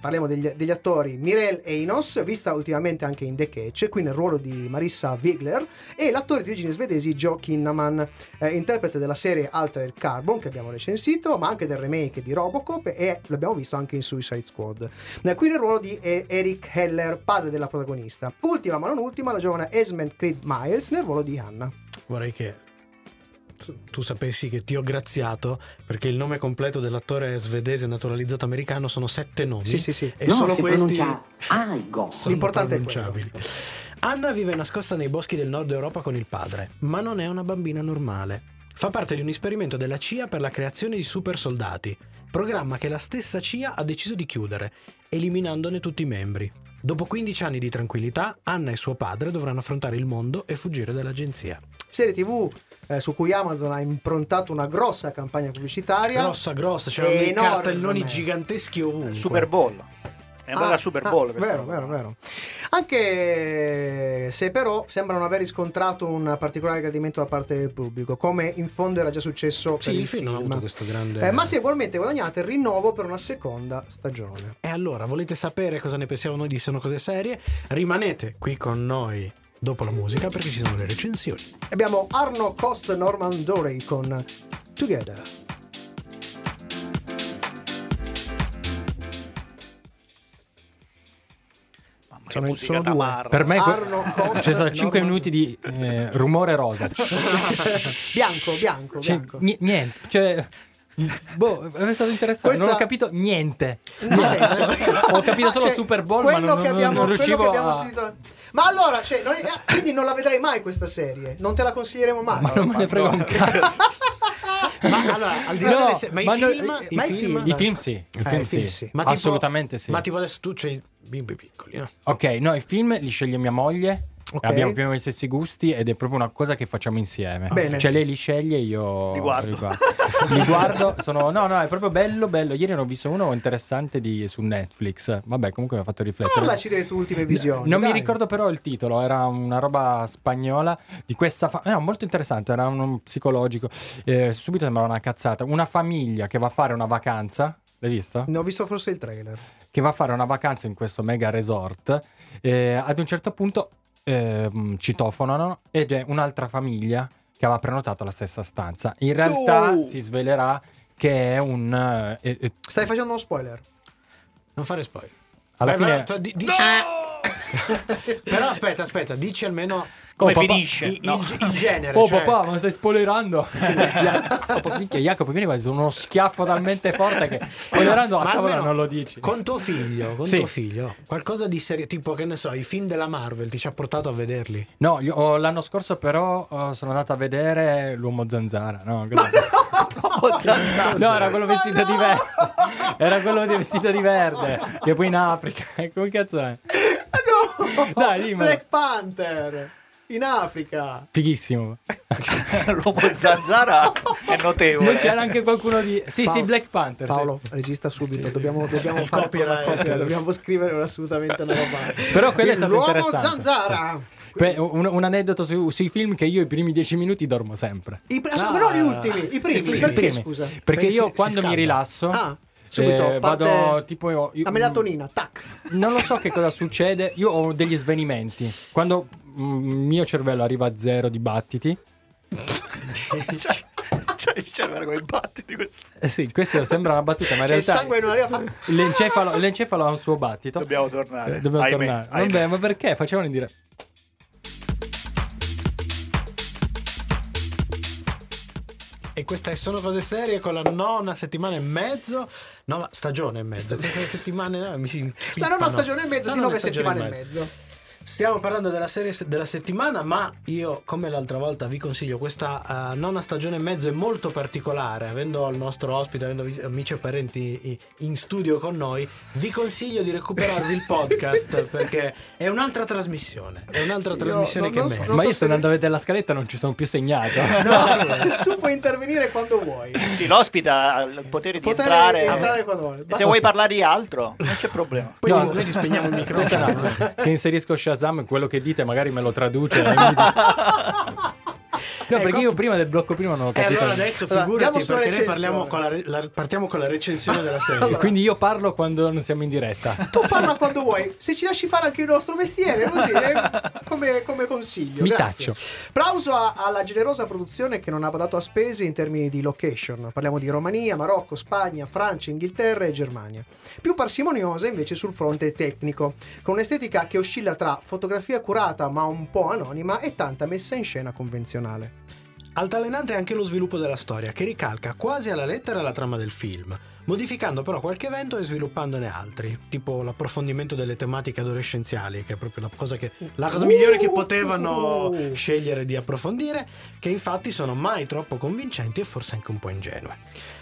Speaker 2: Parliamo degli, degli attori Mirel Einos, vista ultimamente anche in The Catch, qui nel ruolo di Marissa Wigler, e l'attore di origini svedesi Joe Kinnaman, eh, interprete della serie Altered Carbon che abbiamo recensito, ma anche del remake di Robocop e l'abbiamo visto anche in Suicide Squad. Eh, qui nel ruolo di eh, Eric Heller, padre della protagonista. Ultima ma non ultima, la giovane Esmond Creed Miles nel ruolo di Hannah.
Speaker 3: Vorrei che tu sapessi che ti ho graziato perché il nome completo dell'attore svedese naturalizzato americano sono sette nomi.
Speaker 2: Eh, Sì, sì, sì.
Speaker 3: E
Speaker 11: No,
Speaker 3: solo
Speaker 11: si
Speaker 3: questi
Speaker 11: pronuncia Aigo.
Speaker 3: sono
Speaker 2: L'importante è quello.
Speaker 3: pronunciabili. Anna vive nascosta nei boschi del nord Europa con il padre, ma non è una bambina normale. Fa parte di un esperimento della CIA per la creazione di super soldati, programma che la stessa CIA ha deciso di chiudere, eliminandone tutti i membri. Dopo 15 anni di tranquillità, Anna e suo padre dovranno affrontare il mondo e fuggire dall'agenzia.
Speaker 2: Serie TV eh, su cui Amazon ha improntato una grossa campagna pubblicitaria.
Speaker 3: grossa grossa c'erano dei
Speaker 2: Enorme.
Speaker 3: cartelloni giganteschi ovunque
Speaker 1: Super Bowl. È andata
Speaker 2: Ah,
Speaker 1: al Super
Speaker 2: ah,
Speaker 1: Bowl. questa
Speaker 2: vero,
Speaker 1: roba.
Speaker 2: vero, vero. Anche se però sembra non aver riscontrato un particolare gradimento da parte del pubblico, come in fondo era già successo
Speaker 3: sì
Speaker 2: per
Speaker 3: il film non ha avuto questo grande
Speaker 2: Eh, ma si è ugualmente guadagnato il rinnovo per una seconda stagione.
Speaker 3: e allora volete sapere cosa ne pensiamo noi di sono cose serie rimanete qui con noi dopo la musica perché ci sono le recensioni
Speaker 2: Abbiamo Arno Cost Norman Dorey con Together.
Speaker 3: Sono,
Speaker 1: musica
Speaker 3: sono due.
Speaker 1: tamarra.
Speaker 4: Per me
Speaker 2: Arno, Costa,
Speaker 4: ci sono 5
Speaker 2: Norman.
Speaker 4: minuti di eh,
Speaker 2: *laughs*
Speaker 4: rumore rosa.
Speaker 2: bianco, bianco,
Speaker 4: Cioè,
Speaker 2: bianco.
Speaker 4: ni- niente, cioè boh, è stato interessante,
Speaker 2: Questa-
Speaker 4: non ho capito niente.
Speaker 2: In che senso?
Speaker 4: *laughs* ho capito solo
Speaker 2: Cioè,
Speaker 4: Super Bowl, ma
Speaker 2: quello
Speaker 4: non,
Speaker 2: che
Speaker 4: non-
Speaker 2: abbiamo,
Speaker 4: non
Speaker 2: quello che
Speaker 4: riuscivo
Speaker 2: abbiamo
Speaker 4: a
Speaker 2: sentito- Ma allora, cioè, non è- ah, quindi non la vedrai mai questa serie? Non te la consiglieremo mai?
Speaker 4: ma *laughs* non me ne frega un cazzo.
Speaker 3: Ma allora, al di là
Speaker 4: No,
Speaker 3: delle se- ma i
Speaker 4: ma no,
Speaker 3: film,
Speaker 4: i-
Speaker 3: ma i film,
Speaker 4: I film sì, i
Speaker 3: Eh,
Speaker 4: film
Speaker 3: i
Speaker 4: sì.
Speaker 3: Ma tipo-
Speaker 4: assolutamente sì.
Speaker 3: Ma tipo adesso tu c'hai i bimbi piccoli, no?
Speaker 4: Ok, no, i film li sceglie mia moglie.
Speaker 3: Ok.
Speaker 4: Abbiamo più o meno gli stessi gusti ed è proprio una cosa che facciamo insieme.
Speaker 2: Bene.
Speaker 4: Cioè lei li sceglie, io
Speaker 1: Li guardo.
Speaker 4: Li guardo. Li guardo, sono no, no, è proprio bello, bello. Ieri ne ho visto uno interessante di- su Netflix. Vabbè, comunque mi ha fatto riflettere.
Speaker 2: Parlaci delle tue ultime visioni.
Speaker 4: Non mi
Speaker 2: dai.
Speaker 4: ricordo però il titolo, era una roba spagnola di questa fa- no, molto interessante, era un, un psicologico. Eh, subito sembrava una cazzata, una famiglia che va a fare una vacanza, l'hai vista?
Speaker 2: Ne ho visto forse il trailer.
Speaker 4: che va a fare una vacanza in questo mega resort. eh, ad un certo punto ehm, citofonano ed è un'altra famiglia che aveva prenotato la stessa stanza. In realtà
Speaker 1: No!
Speaker 4: si svelerà che è un... eh, eh, eh,
Speaker 2: Stai facendo uno spoiler.
Speaker 3: Non fare spoiler.
Speaker 4: alla
Speaker 3: Beh,
Speaker 4: fine...
Speaker 3: però, tu di- dici- *laughs* Però aspetta, aspetta, dici almeno
Speaker 1: Come
Speaker 4: Oh, papà,
Speaker 1: finisce?
Speaker 3: i-
Speaker 1: No.
Speaker 3: il, il genere.
Speaker 4: Oh
Speaker 3: cioè-
Speaker 4: papà, ma stai spoilerando! Jacopo, minchia, Jacopo, vieni qua, ti do uno schiaffo talmente forte che spoilerando a
Speaker 3: Ma
Speaker 4: tavola
Speaker 3: almeno
Speaker 4: non lo dici.
Speaker 3: Con tuo figlio, con
Speaker 4: Sì.
Speaker 3: tuo figlio, qualcosa di serio, tipo che ne so, i film della Marvel ti ci ha portato a
Speaker 2: *laughs*
Speaker 3: vederli.
Speaker 4: No, io- oh, l'anno scorso però oh, sono andato a vedere l'uomo zanzara, no? Cosa- No, era quello vestito di verde. Era quello di vestito di verde. Che poi in Africa. *laughs* eh, Come cazzo è?
Speaker 2: No!
Speaker 4: Dai, dimmelo.
Speaker 2: Black Panther in Africa.
Speaker 4: Fighissimo.
Speaker 1: L'uomo zanzara è notevole.
Speaker 4: Non c'era anche qualcuno di. Sì, sì,
Speaker 2: Paolo-
Speaker 4: Black Panther. sì.
Speaker 2: Paolo, regista subito, dobbiamo, dobbiamo
Speaker 3: Il
Speaker 2: fare una
Speaker 3: copyright.
Speaker 2: copia, dobbiamo scrivere assolutamente una roba.
Speaker 4: Però quello è
Speaker 2: Il
Speaker 4: stato
Speaker 2: L'uomo
Speaker 4: interessante.
Speaker 2: zanzara.
Speaker 4: Que- un, un aneddoto su- sui film che io i primi dieci minuti dormo sempre.
Speaker 2: I pr-
Speaker 3: Ah.
Speaker 2: però gli ultimi, i primi,
Speaker 3: I primi.
Speaker 2: perché
Speaker 4: Primi.
Speaker 2: scusa?
Speaker 4: Perché
Speaker 3: Perché si-
Speaker 4: io
Speaker 3: si
Speaker 4: quando mi
Speaker 3: scalda.
Speaker 4: rilasso.
Speaker 2: Ah, subito
Speaker 4: eh,
Speaker 2: parte
Speaker 4: vado tipo io- io-
Speaker 2: la melatonina, tac.
Speaker 4: Non lo so che cosa succede, io ho degli svenimenti. Quando mm, il mio cervello arriva a zero di battiti,
Speaker 1: Cioè, il cervello come batte di questo.
Speaker 4: eh sì, questa sembra una battuta, ma in
Speaker 2: Cioè, il
Speaker 4: realtà
Speaker 2: sangue non arriva fa-
Speaker 4: l'encefalo, l'encefalo ha un suo battito.
Speaker 1: Dobbiamo tornare.
Speaker 4: Eh, dobbiamo
Speaker 1: Ahimè,
Speaker 4: tornare.
Speaker 1: ahimè.
Speaker 4: Vabbè, ma perché? Facciamolo in diretta.
Speaker 3: E questa è Sono Cose Serie con la nona settimana e mezzo, nova stagione e mezzo. Queste settimane, no, mi si
Speaker 2: La
Speaker 3: impippano.
Speaker 2: nonna stagione e mezzo
Speaker 3: La
Speaker 2: di
Speaker 3: nona
Speaker 2: nove
Speaker 3: stagione
Speaker 2: settimane e mezzo.
Speaker 3: Stiamo parlando della serie se- della settimana, ma io, come l'altra volta, vi consiglio questa eh, nona stagione e mezzo è molto particolare. Avendo il nostro ospite, avendo vi- amici e parenti i- in studio con noi, vi consiglio di recuperarvi il podcast
Speaker 2: *laughs*
Speaker 3: perché è un'altra trasmissione. È un'altra
Speaker 2: Io
Speaker 3: trasmissione
Speaker 2: non-
Speaker 3: che
Speaker 2: non so-
Speaker 3: merita.
Speaker 2: non
Speaker 4: ma
Speaker 2: so
Speaker 4: io
Speaker 2: se-
Speaker 4: sto andando a vedere la scaletta non ci sono più segnato. *laughs*
Speaker 2: tu puoi intervenire quando vuoi.
Speaker 1: Sì, l'ospite ha il potere di
Speaker 2: Potere
Speaker 1: entrare.
Speaker 2: di entrare quando vuole.
Speaker 1: E se
Speaker 2: Basta.
Speaker 1: vuoi parlare di altro, non c'è
Speaker 2: *laughs*
Speaker 1: problema.
Speaker 3: Poi
Speaker 4: No,
Speaker 3: ci- noi ci spegniamo il
Speaker 4: Aspetta un
Speaker 3: microfono.
Speaker 4: attimo,
Speaker 3: *laughs*
Speaker 4: che inserisco Shazam, quello che dite magari me lo traduce. e mi- no, perché
Speaker 3: Ecco.
Speaker 4: io prima del blocco prima non ho
Speaker 3: E
Speaker 4: capito.
Speaker 3: allora adesso
Speaker 2: Allora, andiamo
Speaker 3: figurati
Speaker 2: sulla
Speaker 3: perché noi
Speaker 2: recensione.
Speaker 3: parliamo con la re- la- partiamo con la recensione
Speaker 2: *laughs*
Speaker 3: della serie.
Speaker 4: E Quindi io parlo quando non siamo in diretta. *laughs*
Speaker 2: Tu parla quando vuoi, se ci lasci fare anche il nostro mestiere, così eh, come, come consiglio.
Speaker 4: Mi
Speaker 2: grazie.
Speaker 4: taccio.
Speaker 2: Plauso a- alla generosa produzione che non ha badato a spese in termini di location. Parliamo di Romania, Marocco, Spagna, Francia, Inghilterra e Germania. Più parsimoniosa invece sul fronte tecnico, con un'estetica che oscilla tra fotografia curata ma un po' anonima e tanta messa in scena convenzionale.
Speaker 3: Altalenante è anche lo sviluppo della storia, che ricalca quasi alla lettera la trama del film, modificando però qualche evento e sviluppandone altri, tipo l'approfondimento delle tematiche adolescenziali, che è proprio la cosa, che- la cosa migliore che potevano scegliere di approfondire, che infatti sono mai troppo convincenti e forse anche un po' ingenue.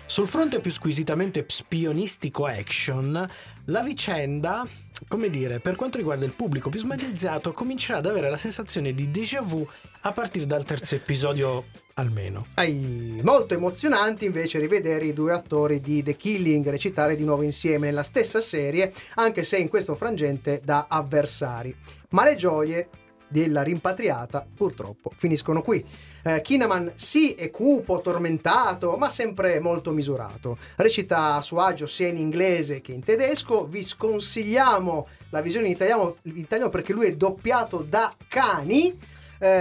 Speaker 3: Sul fronte più squisitamente spionistico action, la vicenda, come dire, per quanto riguarda il pubblico più smaggiazzato, comincerà ad avere la sensazione di déjà vu a partire dal terzo episodio almeno.
Speaker 2: Ai- molto emozionanti invece rivedere i due attori di The Killing recitare di nuovo insieme nella stessa serie, anche se in questo frangente da avversari. Ma le gioie della rimpatriata purtroppo finiscono qui. Eh, Kinaman sì è cupo, tormentato, ma sempre molto misurato. Recita a suo agio sia in inglese che in tedesco. Vi sconsigliamo la visione in italiano, in italiano perché lui è doppiato da cani. Eh,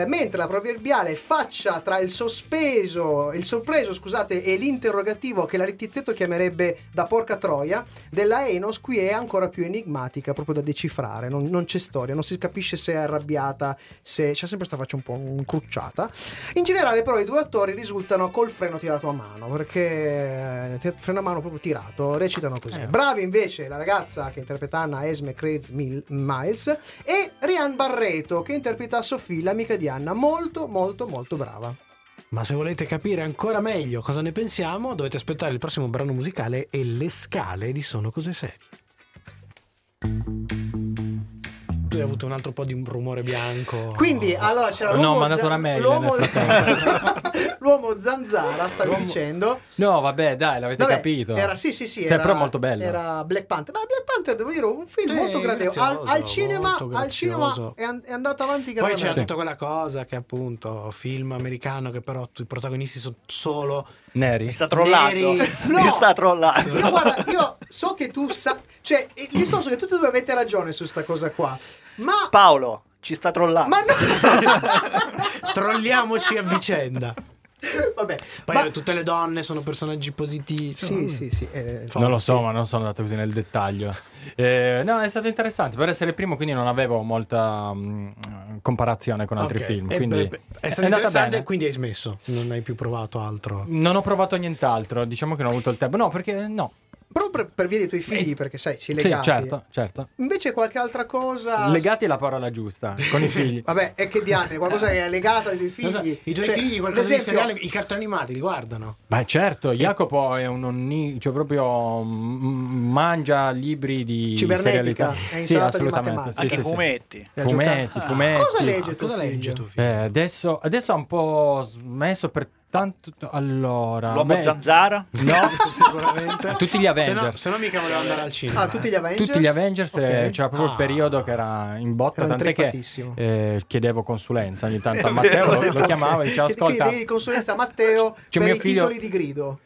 Speaker 2: eh, mentre la proverbiale faccia tra il sospeso, il sorpreso, scusate, e l'interrogativo che la Littizzetto chiamerebbe da porca troia, della Enos qui è ancora più enigmatica, proprio da decifrare, non, non c'è storia, non si capisce se è arrabbiata, se c'è sempre questa faccia un po' incrucciata. In generale però i due attori risultano col freno tirato a mano, perché eh, ti- freno a mano proprio tirato, recitano così.
Speaker 3: Eh.
Speaker 2: Bravi invece la ragazza che interpreta Anna Esme Craig Mil- Miles e Rian Barreto che interpreta Sophie, l'amica di Anna, molto molto molto brava.
Speaker 3: Ma se volete capire ancora meglio cosa ne pensiamo, dovete aspettare il prossimo brano musicale e le scale di Sono Cose Serie. Tu hai avuto un altro po' di un rumore bianco.
Speaker 2: Quindi allora c'era
Speaker 3: Oh. No,
Speaker 2: l'uomo,
Speaker 3: mi ha dato
Speaker 2: za-
Speaker 3: una mail
Speaker 2: l'uomo,
Speaker 3: nel
Speaker 2: *laughs* l'uomo zanzara, stavi dicendo.
Speaker 4: No, vabbè, dai, l'avete
Speaker 2: Vabbè,
Speaker 4: capito.
Speaker 2: Era, sì, sì, sì.
Speaker 4: Cioè,
Speaker 2: era,
Speaker 4: però molto bello.
Speaker 2: Era Black Panther. Ma Black Panther, devo dire, un film
Speaker 3: Sì,
Speaker 2: molto gradevole. Al,
Speaker 3: grazioso,
Speaker 2: al cinema,
Speaker 3: molto
Speaker 2: al cinema
Speaker 3: grazioso.
Speaker 2: è, an- è andato avanti
Speaker 3: Poi certo. c'era
Speaker 2: gradualmente.
Speaker 3: tutta quella cosa che appunto film americano che però tu- i protagonisti sono solo
Speaker 4: Neri. Mi
Speaker 1: sta trollando.
Speaker 3: Neri.
Speaker 1: Mi sta trollando.
Speaker 2: Io guarda, io so che tu sai. Cioè, il discorso è che tutti e due avete ragione su sta cosa qua. Ma.
Speaker 1: Paolo ci sta trollando.
Speaker 2: Ma no!
Speaker 3: *laughs* Trolliamoci a vicenda.
Speaker 2: Vabbè.
Speaker 3: Poi
Speaker 2: Ma-
Speaker 3: tutte le donne sono personaggi positivi.
Speaker 2: Sì, sì, sì. eh,
Speaker 4: Non lo so, ma non sono andato così nel dettaglio. Eh, no, è stato interessante per essere il primo, quindi non avevo molta mm, comparazione con altri
Speaker 3: Ok,
Speaker 4: film.
Speaker 3: e
Speaker 4: Quindi
Speaker 3: beh,
Speaker 4: è
Speaker 3: è stato
Speaker 4: andata
Speaker 3: interessante,
Speaker 4: bene.
Speaker 3: quindi hai smesso. Non hai più provato altro.
Speaker 4: Non ho provato nient'altro, diciamo che non ho avuto il tempo. No, perché no.
Speaker 2: Proprio per, per via dei tuoi
Speaker 3: Eh,
Speaker 2: figli, perché sai, si
Speaker 4: Sì,
Speaker 2: legati.
Speaker 4: certo, certo.
Speaker 2: Invece qualche altra cosa.
Speaker 4: Legati è la parola giusta, con
Speaker 2: *laughs*
Speaker 4: i figli.
Speaker 2: Vabbè, è che diane, qualcosa che è legata ai tuoi figli.
Speaker 3: Cosa- I tuoi
Speaker 2: Cioè,
Speaker 3: figli,
Speaker 2: per
Speaker 3: qualcosa di
Speaker 2: esempio-
Speaker 3: seriale, i cartoni animati li guardano.
Speaker 4: Beh, certo, Jacopo è un onni, cioè proprio mm, mangia libri di
Speaker 2: Cibernetica,
Speaker 4: serialità.
Speaker 2: è
Speaker 4: Sì,
Speaker 2: insalata di
Speaker 4: assolutamente.
Speaker 2: matematica.
Speaker 4: Sì,
Speaker 1: Anche
Speaker 4: sì, sì.
Speaker 1: fumetti.
Speaker 2: Eh,
Speaker 4: Fumetti,
Speaker 2: gioca-
Speaker 4: fumetti.
Speaker 2: Cosa legge tu?
Speaker 3: Cosa legge Ah, tu?
Speaker 4: Eh, adesso, adesso ha un po' smesso per tanto. Allora,
Speaker 1: L'uomo
Speaker 4: beh,
Speaker 1: zanzara.
Speaker 4: Eh, No,
Speaker 3: *laughs* Sicuramente.
Speaker 4: Tutti gli
Speaker 3: Se no,
Speaker 4: Avengers.
Speaker 3: se no mica volevo andare al cinema. eh.
Speaker 2: Ah, tutti gli Avengers?
Speaker 4: Tutti gli Avengers eh,
Speaker 2: Ok.
Speaker 4: c'era proprio
Speaker 3: Ah.
Speaker 4: il periodo che era in botta,
Speaker 2: Era
Speaker 4: tant'è che
Speaker 2: intrippatissimo.
Speaker 4: eh, chiedevo consulenza ogni
Speaker 2: *laughs*
Speaker 4: tanto a Matteo, lo, lo chiamavo e dicevo
Speaker 2: Chiedi-
Speaker 4: ascolta,
Speaker 2: Chiedi consulenza a Matteo
Speaker 4: C'è
Speaker 2: per
Speaker 4: mio
Speaker 2: i
Speaker 4: figlio-
Speaker 2: titoli di grido.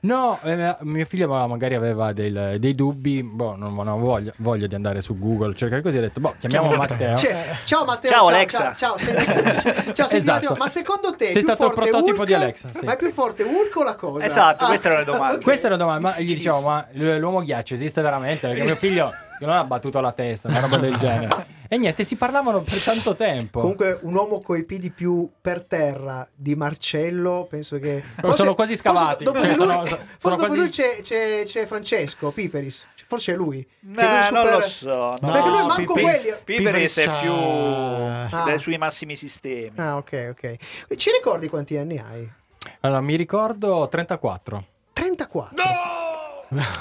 Speaker 4: no, eh, mio figlio aveva- magari aveva del- dei dubbi, boh, non non avevo voglia, voglia di andare su Google, cercare così, ho detto, boh, chiamiamo Matteo.
Speaker 2: Cioè, ciao Matteo.
Speaker 1: Ciao, Alexa.
Speaker 2: Ciao, ciao, sei- *laughs* ciao, sei
Speaker 4: Esatto.
Speaker 2: Matteo, Ma secondo te è più
Speaker 4: Sei stato il
Speaker 2: forte
Speaker 4: prototipo
Speaker 2: Hulk?
Speaker 4: di Alexa, sì.
Speaker 2: Ma è più forte Hulk o la cosa? Ah.
Speaker 1: Esatto, questa era
Speaker 2: la
Speaker 1: la domanda.
Speaker 4: Questa è la domanda, ma gli dicevo, ma l- l'uomo ghiaccio esiste veramente? Perché mio figlio non ha battuto la testa, una roba del
Speaker 2: *laughs*
Speaker 4: genere. E niente, si parlavano per tanto tempo.
Speaker 2: Comunque un uomo coi piedi più per terra di Marcello, penso che...
Speaker 4: Oh, sono quasi
Speaker 2: Forse
Speaker 4: scavati,
Speaker 2: dopo
Speaker 4: cioè,
Speaker 2: di lui,
Speaker 4: sono- sono
Speaker 2: forse dopo di
Speaker 4: quasi-
Speaker 2: lui c'è, c'è- c'è Francesco Piperis, forse è lui. che
Speaker 1: Eh,
Speaker 2: lui
Speaker 1: non
Speaker 2: super-
Speaker 1: lo so. No.
Speaker 2: Perché lui manco
Speaker 3: Piperis-
Speaker 2: quelli...
Speaker 1: Piperis è
Speaker 3: Piperis,
Speaker 1: più
Speaker 3: ah.
Speaker 1: dai sui massimi sistemi.
Speaker 2: Ah ok, ok. Ci ricordi quanti anni hai?
Speaker 4: Allora, mi ricordo 34.
Speaker 2: 34.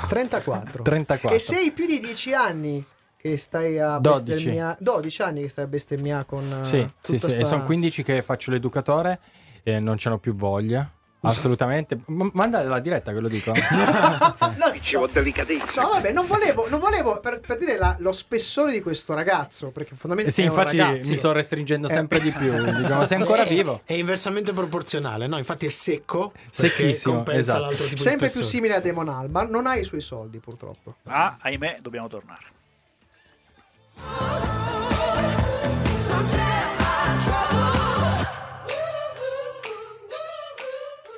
Speaker 2: 34.
Speaker 4: 34.
Speaker 2: E sei più di 10 anni che stai a
Speaker 4: 12.
Speaker 2: bestemmiare. 12 anni che stai a bestemmiare con. eh,
Speaker 4: Sì, sì,
Speaker 2: tutta
Speaker 4: sì. E
Speaker 2: sta-
Speaker 4: sono 15 che faccio l'educatore e non c'hanno più voglia. Assolutamente. M- manda la diretta, ve lo
Speaker 2: *laughs*
Speaker 4: dico.
Speaker 2: *laughs* No, no, vabbè, non volevo, non volevo per, per dire la- lo spessore di questo ragazzo, perché
Speaker 4: Eh
Speaker 2: fondamentalmente.
Speaker 4: sì,
Speaker 2: è un
Speaker 4: infatti
Speaker 2: ragazzo.
Speaker 4: mi sto restringendo
Speaker 2: Eh.
Speaker 4: sempre di più. Dico, ma sei ancora
Speaker 3: *laughs* È-
Speaker 4: vivo?
Speaker 3: È inversamente proporzionale, no? Infatti è secco. perché
Speaker 4: Secchissimo,
Speaker 3: compensa
Speaker 4: esatto.
Speaker 3: l'altro tipo di
Speaker 2: Sempre più
Speaker 3: persona.
Speaker 2: simile a Demon Alban, non ha i suoi soldi purtroppo.
Speaker 1: Ma ahimè, dobbiamo tornare.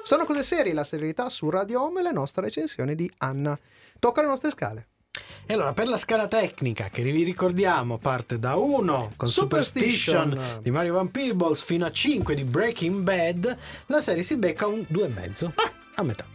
Speaker 2: Sono cose serie, la serialità su Radio Home e la nostra recensione di Anna. Tocca le nostre scale.
Speaker 3: E allora, per la scala tecnica, che vi ricordiamo, parte da 1 con
Speaker 2: Superstition.
Speaker 3: Superstition, di Mario Van Peebles fino a 5 di Breaking Bad, la serie si becca un 2,5
Speaker 2: Ah.
Speaker 3: a metà.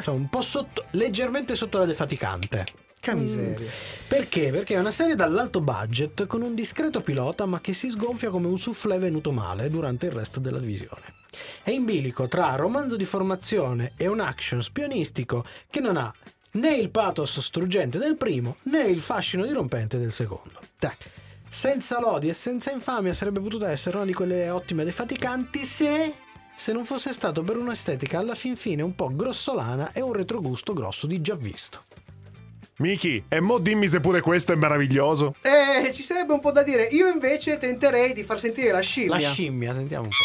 Speaker 3: Cioè un po' sotto, leggermente sotto la defaticante. Mm.
Speaker 2: Che miseria.
Speaker 3: Perché? Perché è una serie dall'alto budget con un discreto pilota ma che si sgonfia come un soufflé venuto male durante il resto della visione. È in bilico tra romanzo di formazione e un action spionistico che non ha né il pathos struggente del primo né il fascino dirompente del secondo. Dai. Senza lodi e senza infamia sarebbe potuta essere una di quelle ottime defaticanti se... se non fosse stato per un'estetica alla fin fine un po' grossolana e un retrogusto grosso di già visto.
Speaker 6: Miki, e mo dimmi se pure questo è meraviglioso.
Speaker 2: Eh, ci sarebbe un po' da dire. Io invece tenterei di far sentire la scimmia.
Speaker 3: La scimmia, sentiamo un po'.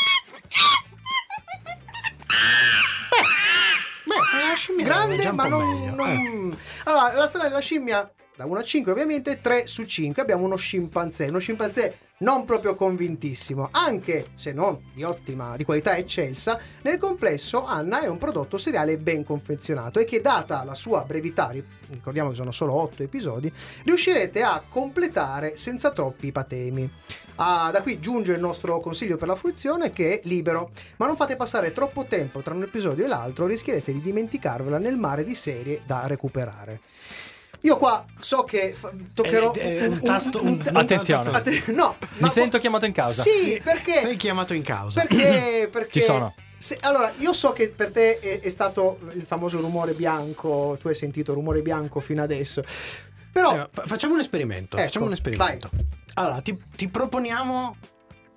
Speaker 2: grande
Speaker 3: era già un
Speaker 2: ma
Speaker 3: po'
Speaker 2: non,
Speaker 3: meglio, eh.
Speaker 2: non- allora la storia della scimmia da 1 a 5 ovviamente 3 su 5 abbiamo uno scimpanzé uno scimpanzé non proprio convintissimo, anche se non di ottima, di qualità eccelsa, nel complesso Anna è un prodotto seriale ben confezionato e che data la sua brevità, ri- ricordiamo che sono solo 8 episodi, riuscirete a completare senza troppi patemi. Ah, da qui giunge il nostro consiglio per la fruizione che è libero, ma non fate passare troppo tempo tra un episodio e l'altro, rischiereste di dimenticarvela nel mare di serie da recuperare. Io qua so che fa- toccherò
Speaker 3: Eh, eh, un
Speaker 2: un-
Speaker 3: tasto-
Speaker 2: un-
Speaker 3: un-
Speaker 4: Attenzione.
Speaker 2: un tasto- no,
Speaker 4: Mi sento chiamato in causa.
Speaker 2: Sì, perché
Speaker 3: Sei chiamato in causa. *clears throat*
Speaker 2: perché, perché
Speaker 4: Ci sono.
Speaker 2: se- allora, io so che per te è, è stato il famoso rumore bianco, tu hai sentito rumore bianco fino adesso. Però
Speaker 3: Eh, fa- facciamo un esperimento.
Speaker 2: Ecco,
Speaker 3: facciamo un esperimento. Allora, ti, ti proponiamo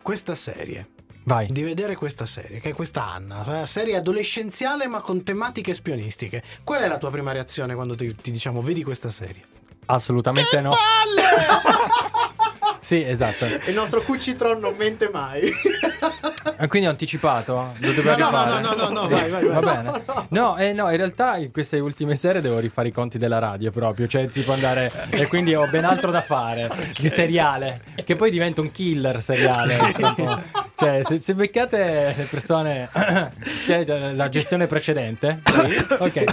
Speaker 3: questa serie.
Speaker 4: Vai.
Speaker 3: Di vedere questa serie, che è questa Anna, una serie adolescenziale ma con tematiche spionistiche. Qual è la tua prima reazione quando ti, ti diciamo vedi questa serie?
Speaker 4: Assolutamente no. Sì, esatto.
Speaker 2: *laughs* il nostro Cucitron non mente mai.
Speaker 4: Eh, Quindi ho anticipato? Lo devo
Speaker 3: no, no, no,
Speaker 4: rifare?
Speaker 3: no, no, no, vai, vai, vai.
Speaker 4: Va bene. No, eh, no, in realtà in queste ultime sere devo rifare i conti della radio proprio, cioè tipo andare e quindi ho ben altro da fare di seriale, che poi diventa un killer seriale. dopo. Cioè, se, se beccate le persone *coughs* cioè eh, la gestione precedente, ok,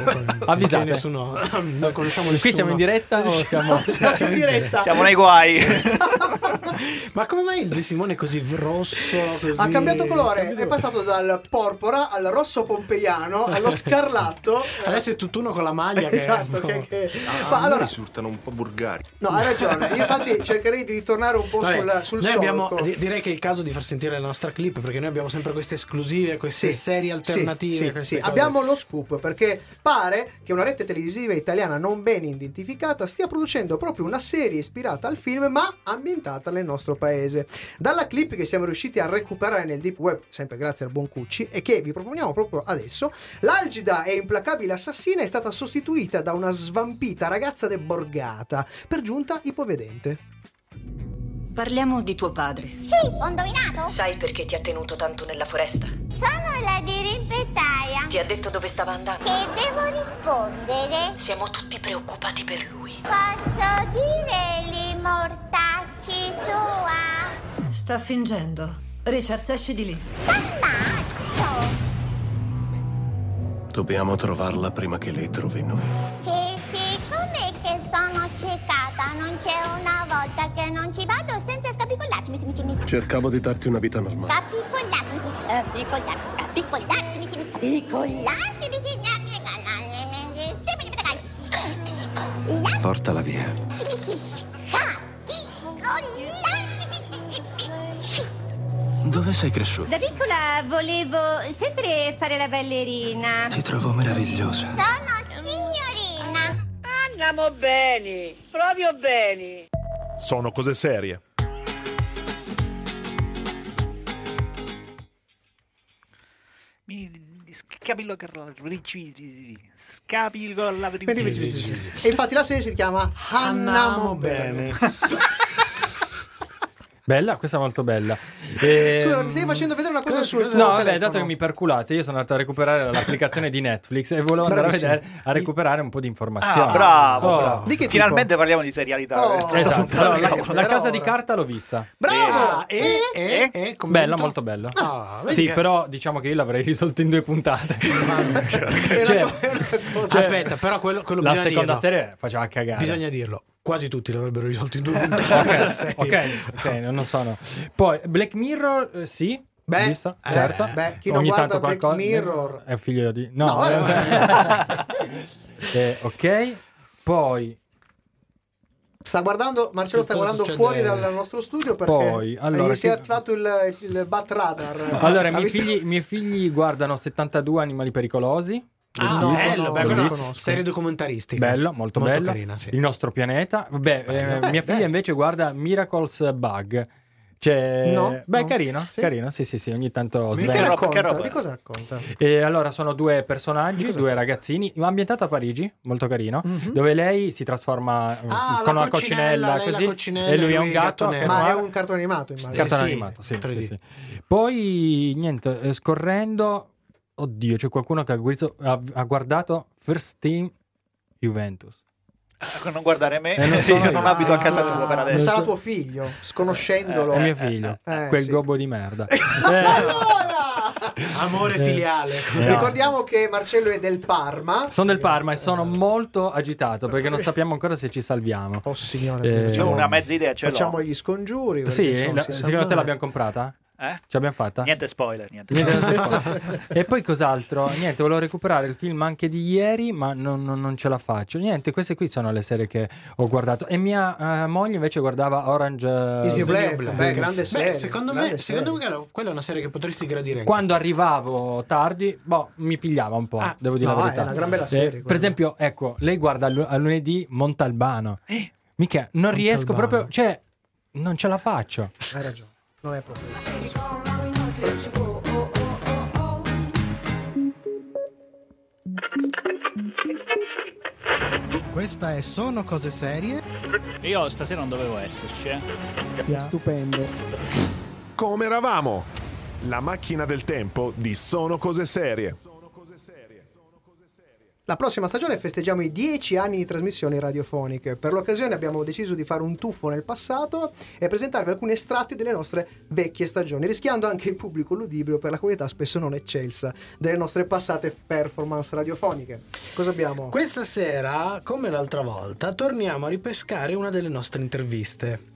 Speaker 4: *laughs* avvisate.
Speaker 3: Qui nessuno, non conosciamo nessuno.
Speaker 4: Qui siamo in diretta o siamo,
Speaker 2: *laughs* Siamo in diretta.
Speaker 1: Siamo nei guai.
Speaker 3: *laughs*
Speaker 1: *laughs*
Speaker 3: Ma come mai il De Simone è così rosso? così-
Speaker 2: Ha cambiato
Speaker 3: Ha
Speaker 2: colore,
Speaker 3: cambiato-
Speaker 2: è passato dal porpora al rosso pompeiano
Speaker 3: *laughs*
Speaker 2: allo scarlatto.
Speaker 3: Adesso è tutt'uno con la maglia che
Speaker 2: Esatto, che, che-
Speaker 7: Ah,
Speaker 2: Ma
Speaker 7: a me
Speaker 2: allora,
Speaker 7: risultano un po' bulgari.
Speaker 2: no, hai ragione. Io infatti cercherei di ritornare un po'
Speaker 3: Vabbè,
Speaker 2: sul, sul
Speaker 3: noi abbiamo,
Speaker 2: solco.
Speaker 3: di- direi che è il caso di far sentire la nostra clip perché noi abbiamo sempre queste esclusive, queste serie alternative.
Speaker 2: sì, sì,
Speaker 3: queste
Speaker 2: sì.
Speaker 3: cose.
Speaker 2: Abbiamo lo scoop perché pare che una rete televisiva italiana non ben identificata stia producendo proprio una serie ispirata al film ma ambientata nel nostro paese. Dalla clip che siamo riusciti a recuperare nel deep web, sempre grazie al buon Cucci, e che vi proponiamo proprio adesso, l'algida e implacabile assassina è stata sostituita da una svampita ragazza deborgata, per giunta ipovedente.
Speaker 12: Parliamo di tuo padre.
Speaker 13: Sì, ho indovinato.
Speaker 12: Sai perché ti ha tenuto tanto nella foresta?
Speaker 13: Sono la dirimpettaia.
Speaker 12: Ti ha detto dove stava andando.
Speaker 13: Che devo rispondere?
Speaker 12: Siamo tutti preoccupati per lui.
Speaker 13: Posso dire li mortacci sua?
Speaker 14: Sta fingendo. Richard, esci di lì.
Speaker 13: Ammazzo!
Speaker 15: Dobbiamo trovarla prima che lei trovi noi.
Speaker 13: Che siccome che sono ciecata, non c'è una volta che non ci vado senza scapicollarci, mi si mi si.
Speaker 15: Cercavo di darti una vita normale.
Speaker 13: Scapicollarci, mi si mi si. Scapicollarci, mi si mi si. Scapicollarci, mi si mi si.
Speaker 15: Portala via. Dove sei cresciuta?
Speaker 13: Da piccola volevo sempre fare la ballerina.
Speaker 15: Ti trovo meravigliosa.
Speaker 13: Sono signorina.
Speaker 16: Andiamo bene, proprio bene.
Speaker 6: Sono cose serie.
Speaker 1: Scapilo con la
Speaker 2: E infatti la serie si chiama Hannamo
Speaker 3: Andiamo
Speaker 2: bene.
Speaker 3: bene.
Speaker 4: Bella, questa è molto bella. E-
Speaker 2: Scusa, mi stai facendo vedere una cosa
Speaker 3: cosa-
Speaker 2: sul tuo
Speaker 3: cosa-
Speaker 4: No, vabbè,
Speaker 2: telefono.
Speaker 4: dato che mi perculate, io sono andato a recuperare l'applicazione di Netflix e volevo andare a,
Speaker 2: Bravissimo.
Speaker 4: vedere, a recuperare un po' di informazioni.
Speaker 1: Ah, bravo,
Speaker 4: Oh.
Speaker 1: bravo.
Speaker 2: Di che tipo?
Speaker 1: Finalmente parliamo di serialità.
Speaker 2: Oh,
Speaker 1: eh.
Speaker 4: Esatto, allora, la,
Speaker 1: Cavolo.
Speaker 4: la casa di carta l'ho vista.
Speaker 2: Bravo!
Speaker 3: Ah, e, e, e, commento?
Speaker 4: Bella, molto bella.
Speaker 3: Ah, vedi
Speaker 4: Sì,
Speaker 3: che-
Speaker 4: però diciamo che io l'avrei risolto in due puntate.
Speaker 2: È una
Speaker 4: *laughs* Cioè,
Speaker 2: co- è una cosa-
Speaker 3: Aspetta, però quello, quello
Speaker 4: la
Speaker 3: bisogna
Speaker 4: seconda
Speaker 3: dirlo.
Speaker 4: serie faceva cagare.
Speaker 3: Bisogna dirlo. Quasi tutti l'avrebbero risolto
Speaker 4: *laughs*
Speaker 3: in due puntate. la
Speaker 4: Ok,
Speaker 3: serie.
Speaker 4: ok, ok, non sono. Poi Black Mirror, eh, sì.
Speaker 2: Beh,
Speaker 4: vista,
Speaker 2: eh,
Speaker 4: certo.
Speaker 2: beh, chi non
Speaker 4: Ogni
Speaker 2: guarda
Speaker 4: tanto
Speaker 2: Black
Speaker 4: qualcosa.
Speaker 2: Mirror-
Speaker 4: è figlio di. No,
Speaker 2: No,
Speaker 4: eh,
Speaker 2: vabbè.
Speaker 4: *laughs* eh, ok. Poi,
Speaker 2: Sta guardando, Marcello
Speaker 3: Che
Speaker 2: sta
Speaker 3: cosa
Speaker 2: guardando
Speaker 3: succede?
Speaker 2: fuori dal, dal nostro studio perché
Speaker 4: Poi, allora,
Speaker 2: gli si è
Speaker 4: che-
Speaker 2: attivato il, il bat radar.
Speaker 4: allora, i
Speaker 2: Ah, Ha
Speaker 4: miei,
Speaker 2: visto-
Speaker 4: figli, i miei figli guardano 72 animali pericolosi.
Speaker 3: Ah,
Speaker 2: No,
Speaker 3: bello,
Speaker 2: no,
Speaker 3: bello,
Speaker 2: non
Speaker 3: una
Speaker 2: lo conosco.
Speaker 3: serie documentaristica.
Speaker 4: Bello, molto, bello.
Speaker 3: carina, sì.
Speaker 4: Il nostro pianeta. Vabbè, eh,
Speaker 3: Beh,
Speaker 4: mia figlia
Speaker 3: beh.
Speaker 4: invece guarda Miracles Bug. Cioè,
Speaker 2: No,
Speaker 4: beh,
Speaker 2: no.
Speaker 4: carino,
Speaker 2: Sì.
Speaker 4: carino, sì, sì, sì, ogni tanto
Speaker 1: Che
Speaker 2: Di che
Speaker 4: svela.
Speaker 1: roba,
Speaker 2: racconta?
Speaker 1: che roba.
Speaker 2: Di cosa racconta?
Speaker 4: E allora sono due personaggi, due ragazzini, ambientato a Parigi, molto carino,
Speaker 2: Mhm. Mm-hmm.
Speaker 4: dove lei si trasforma eh,
Speaker 3: Ah,
Speaker 4: con
Speaker 3: la coccinella,
Speaker 4: una coccinella
Speaker 3: lei la
Speaker 4: così
Speaker 3: coccinella
Speaker 4: e lui
Speaker 3: e
Speaker 4: è
Speaker 3: lui
Speaker 4: un
Speaker 3: il
Speaker 4: gatto.
Speaker 3: gatto
Speaker 4: che
Speaker 3: nero.
Speaker 4: va-
Speaker 2: Ma è un cartone animato, immagino.
Speaker 4: cartone
Speaker 3: sì,
Speaker 4: animato, sì,
Speaker 3: 3D.
Speaker 4: sì, sì. Poi niente, eh, scorrendo Oddio, c'è qualcuno che ha, guizzo- ha- ha guardato First Team Juventus.
Speaker 1: non guardare me, *laughs*
Speaker 4: Eh, non sono
Speaker 1: io
Speaker 4: io.
Speaker 1: non abito a casa tua per adesso.
Speaker 2: Sarà tuo figlio, sconoscendolo.
Speaker 4: È mio figlio,
Speaker 2: Eh,
Speaker 4: quel
Speaker 2: sì.
Speaker 4: gobbo di merda.
Speaker 3: Amore
Speaker 4: Eh.
Speaker 3: filiale.
Speaker 4: Eh.
Speaker 2: Ricordiamo che Marcello è del Parma.
Speaker 4: Sono del Parma e sono molto agitato perché non sappiamo ancora se ci salviamo.
Speaker 2: Oh signore,
Speaker 4: Eh,
Speaker 1: C'è una mezza idea, ce l'ho.
Speaker 2: Facciamo gli scongiuri. perché
Speaker 4: Sì,
Speaker 2: insomma,
Speaker 4: la-
Speaker 2: si sa
Speaker 4: secondo te
Speaker 2: mai.
Speaker 4: l'abbiamo comprata?
Speaker 1: Eh?
Speaker 4: Ce l'abbiamo fatta?
Speaker 1: Niente spoiler, niente.
Speaker 4: *laughs* Niente da
Speaker 1: spoiler.
Speaker 4: spoiler. e poi cos'altro? Niente, volevo recuperare il film anche di ieri, ma non, non- non ce la faccio. Niente, queste qui sono le serie che ho guardato. E mia eh, moglie invece guardava Orange eh,
Speaker 2: Is the Black, beh, grande
Speaker 3: Beh,
Speaker 2: serie,
Speaker 3: secondo
Speaker 2: grande
Speaker 3: me, secondo me
Speaker 2: serie.
Speaker 3: quella- quella è una serie che potresti gradire.
Speaker 4: Quando arrivavo tardi, boh, mi pigliava un po', devo dire
Speaker 3: Ah, no,
Speaker 4: la
Speaker 3: è
Speaker 4: verità.
Speaker 3: una gran bella serie,
Speaker 4: per
Speaker 3: quella.
Speaker 4: esempio, ecco, lei guarda lu- a lunedì Montalbano. Mica, non riesco
Speaker 2: Montalbano.
Speaker 4: proprio, cioè, non ce la faccio.
Speaker 2: Hai ragione, non è proprio.
Speaker 3: Questa è Sono cose serie.
Speaker 10: Io stasera non dovevo esserci, eh.
Speaker 2: Stupendo.
Speaker 6: Come eravamo? La macchina del tempo di Sono cose serie.
Speaker 2: La prossima stagione festeggiamo i 10 anni di trasmissioni radiofoniche. Per l'occasione abbiamo deciso di fare un tuffo nel passato e presentarvi alcuni estratti delle nostre vecchie stagioni, rischiando anche il pubblico ludibrio per la qualità spesso non eccelsa delle nostre passate performance radiofoniche. Cosa abbiamo?
Speaker 3: Questa sera, come l'altra volta, torniamo a ripescare una delle nostre interviste.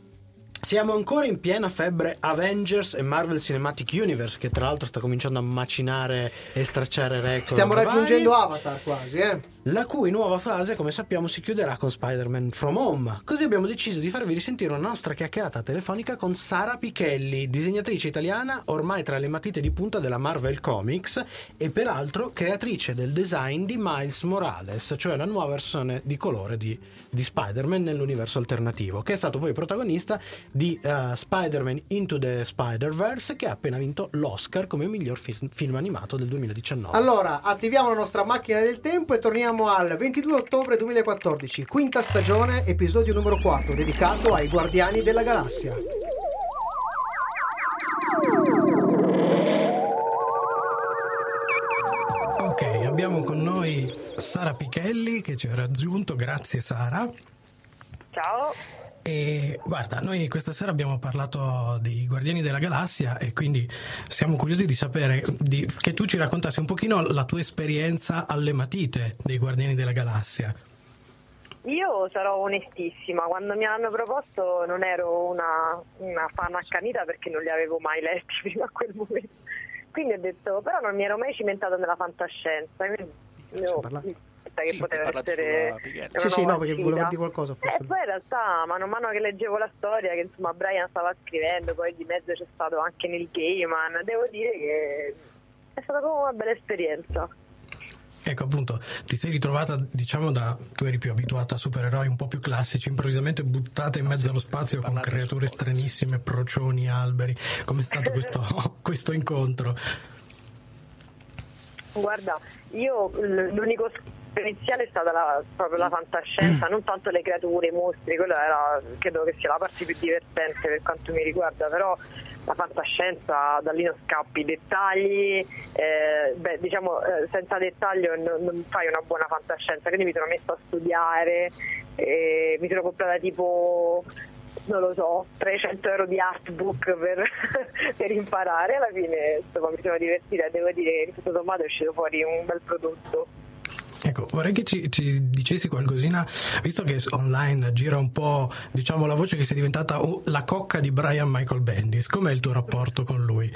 Speaker 3: Siamo ancora in piena febbre Avengers e Marvel Cinematic Universe, che tra l'altro sta cominciando a macinare e stracciare record.
Speaker 2: Stiamo
Speaker 3: vari,
Speaker 2: raggiungendo Avatar quasi, eh?
Speaker 3: La cui nuova fase, come sappiamo, si chiuderà con Spider-Man From Home. Così abbiamo deciso di farvi risentire una nostra chiacchierata telefonica con Sara Pichelli, disegnatrice italiana ormai tra le matite di punta della Marvel Comics e peraltro creatrice del design di Miles Morales, cioè la nuova versione di colore di, di Spider-Man nell'universo alternativo, che è stato poi protagonista di eh, Spider-Man Into the Spider-Verse, che ha appena vinto l'Oscar come miglior fis- film animato del 2019.
Speaker 2: Allora, attiviamo la nostra macchina del tempo e torniamo al 22 ottobre 2014, quinta stagione, episodio numero 4, dedicato ai Guardiani della Galassia.
Speaker 17: Ok, abbiamo con noi Sara Pichelli che ci ha raggiunto, grazie Sara.
Speaker 16: Ciao.
Speaker 17: E guarda, noi questa sera abbiamo parlato di Guardiani della Galassia e quindi siamo curiosi di sapere di- che tu ci raccontassi un pochino la tua esperienza alle matite dei Guardiani della Galassia.
Speaker 18: Io sarò onestissima, quando mi hanno proposto non ero una, una fan accanita perché non li avevo mai letti prima a quel momento. Quindi ho detto, però non mi ero mai cimentata nella fantascienza. Quindi io
Speaker 2: parlato.
Speaker 18: pensa che poteva
Speaker 2: parlato
Speaker 18: essere...
Speaker 2: sulla Pichelli.
Speaker 18: una
Speaker 2: Sì, sì,
Speaker 18: nuova
Speaker 2: no, perché
Speaker 18: sfida.
Speaker 2: volevo dire qualcosa, forse.
Speaker 18: Eh, poi in realtà, mano a mano che leggevo la storia, che insomma Brian stava scrivendo, poi di mezzo c'è stato anche Neil Gaiman, devo dire che è stata proprio una bella esperienza.
Speaker 17: Ecco appunto, ti sei ritrovata, diciamo, da tu eri più abituata a supereroi un po' più classici, improvvisamente buttata in mezzo allo spazio con creature stranissime, procioni, alberi. Com'è stato questo, questo incontro?
Speaker 18: Guarda, io l- l'unico scopo iniziale è stata la- proprio la fantascienza, non tanto le creature, i mostri, quella era, credo che sia la parte più divertente per quanto mi riguarda, però la fantascienza da lì non scappi, i dettagli, eh, beh, diciamo eh, senza dettaglio non, non fai una buona fantascienza, quindi mi sono messa a studiare, eh, mi sono comprata tipo non lo so, 300 euro di artbook per, *laughs* per imparare. Alla fine insomma, mi sono divertita e devo dire che tutto sommato è uscito fuori un bel prodotto.
Speaker 17: Ecco, vorrei che ci, ci dicessi qualcosina, visto che online gira un po', diciamo, la voce che sei diventata oh, la cocca di Brian Michael Bendis. Com'è il tuo rapporto con lui?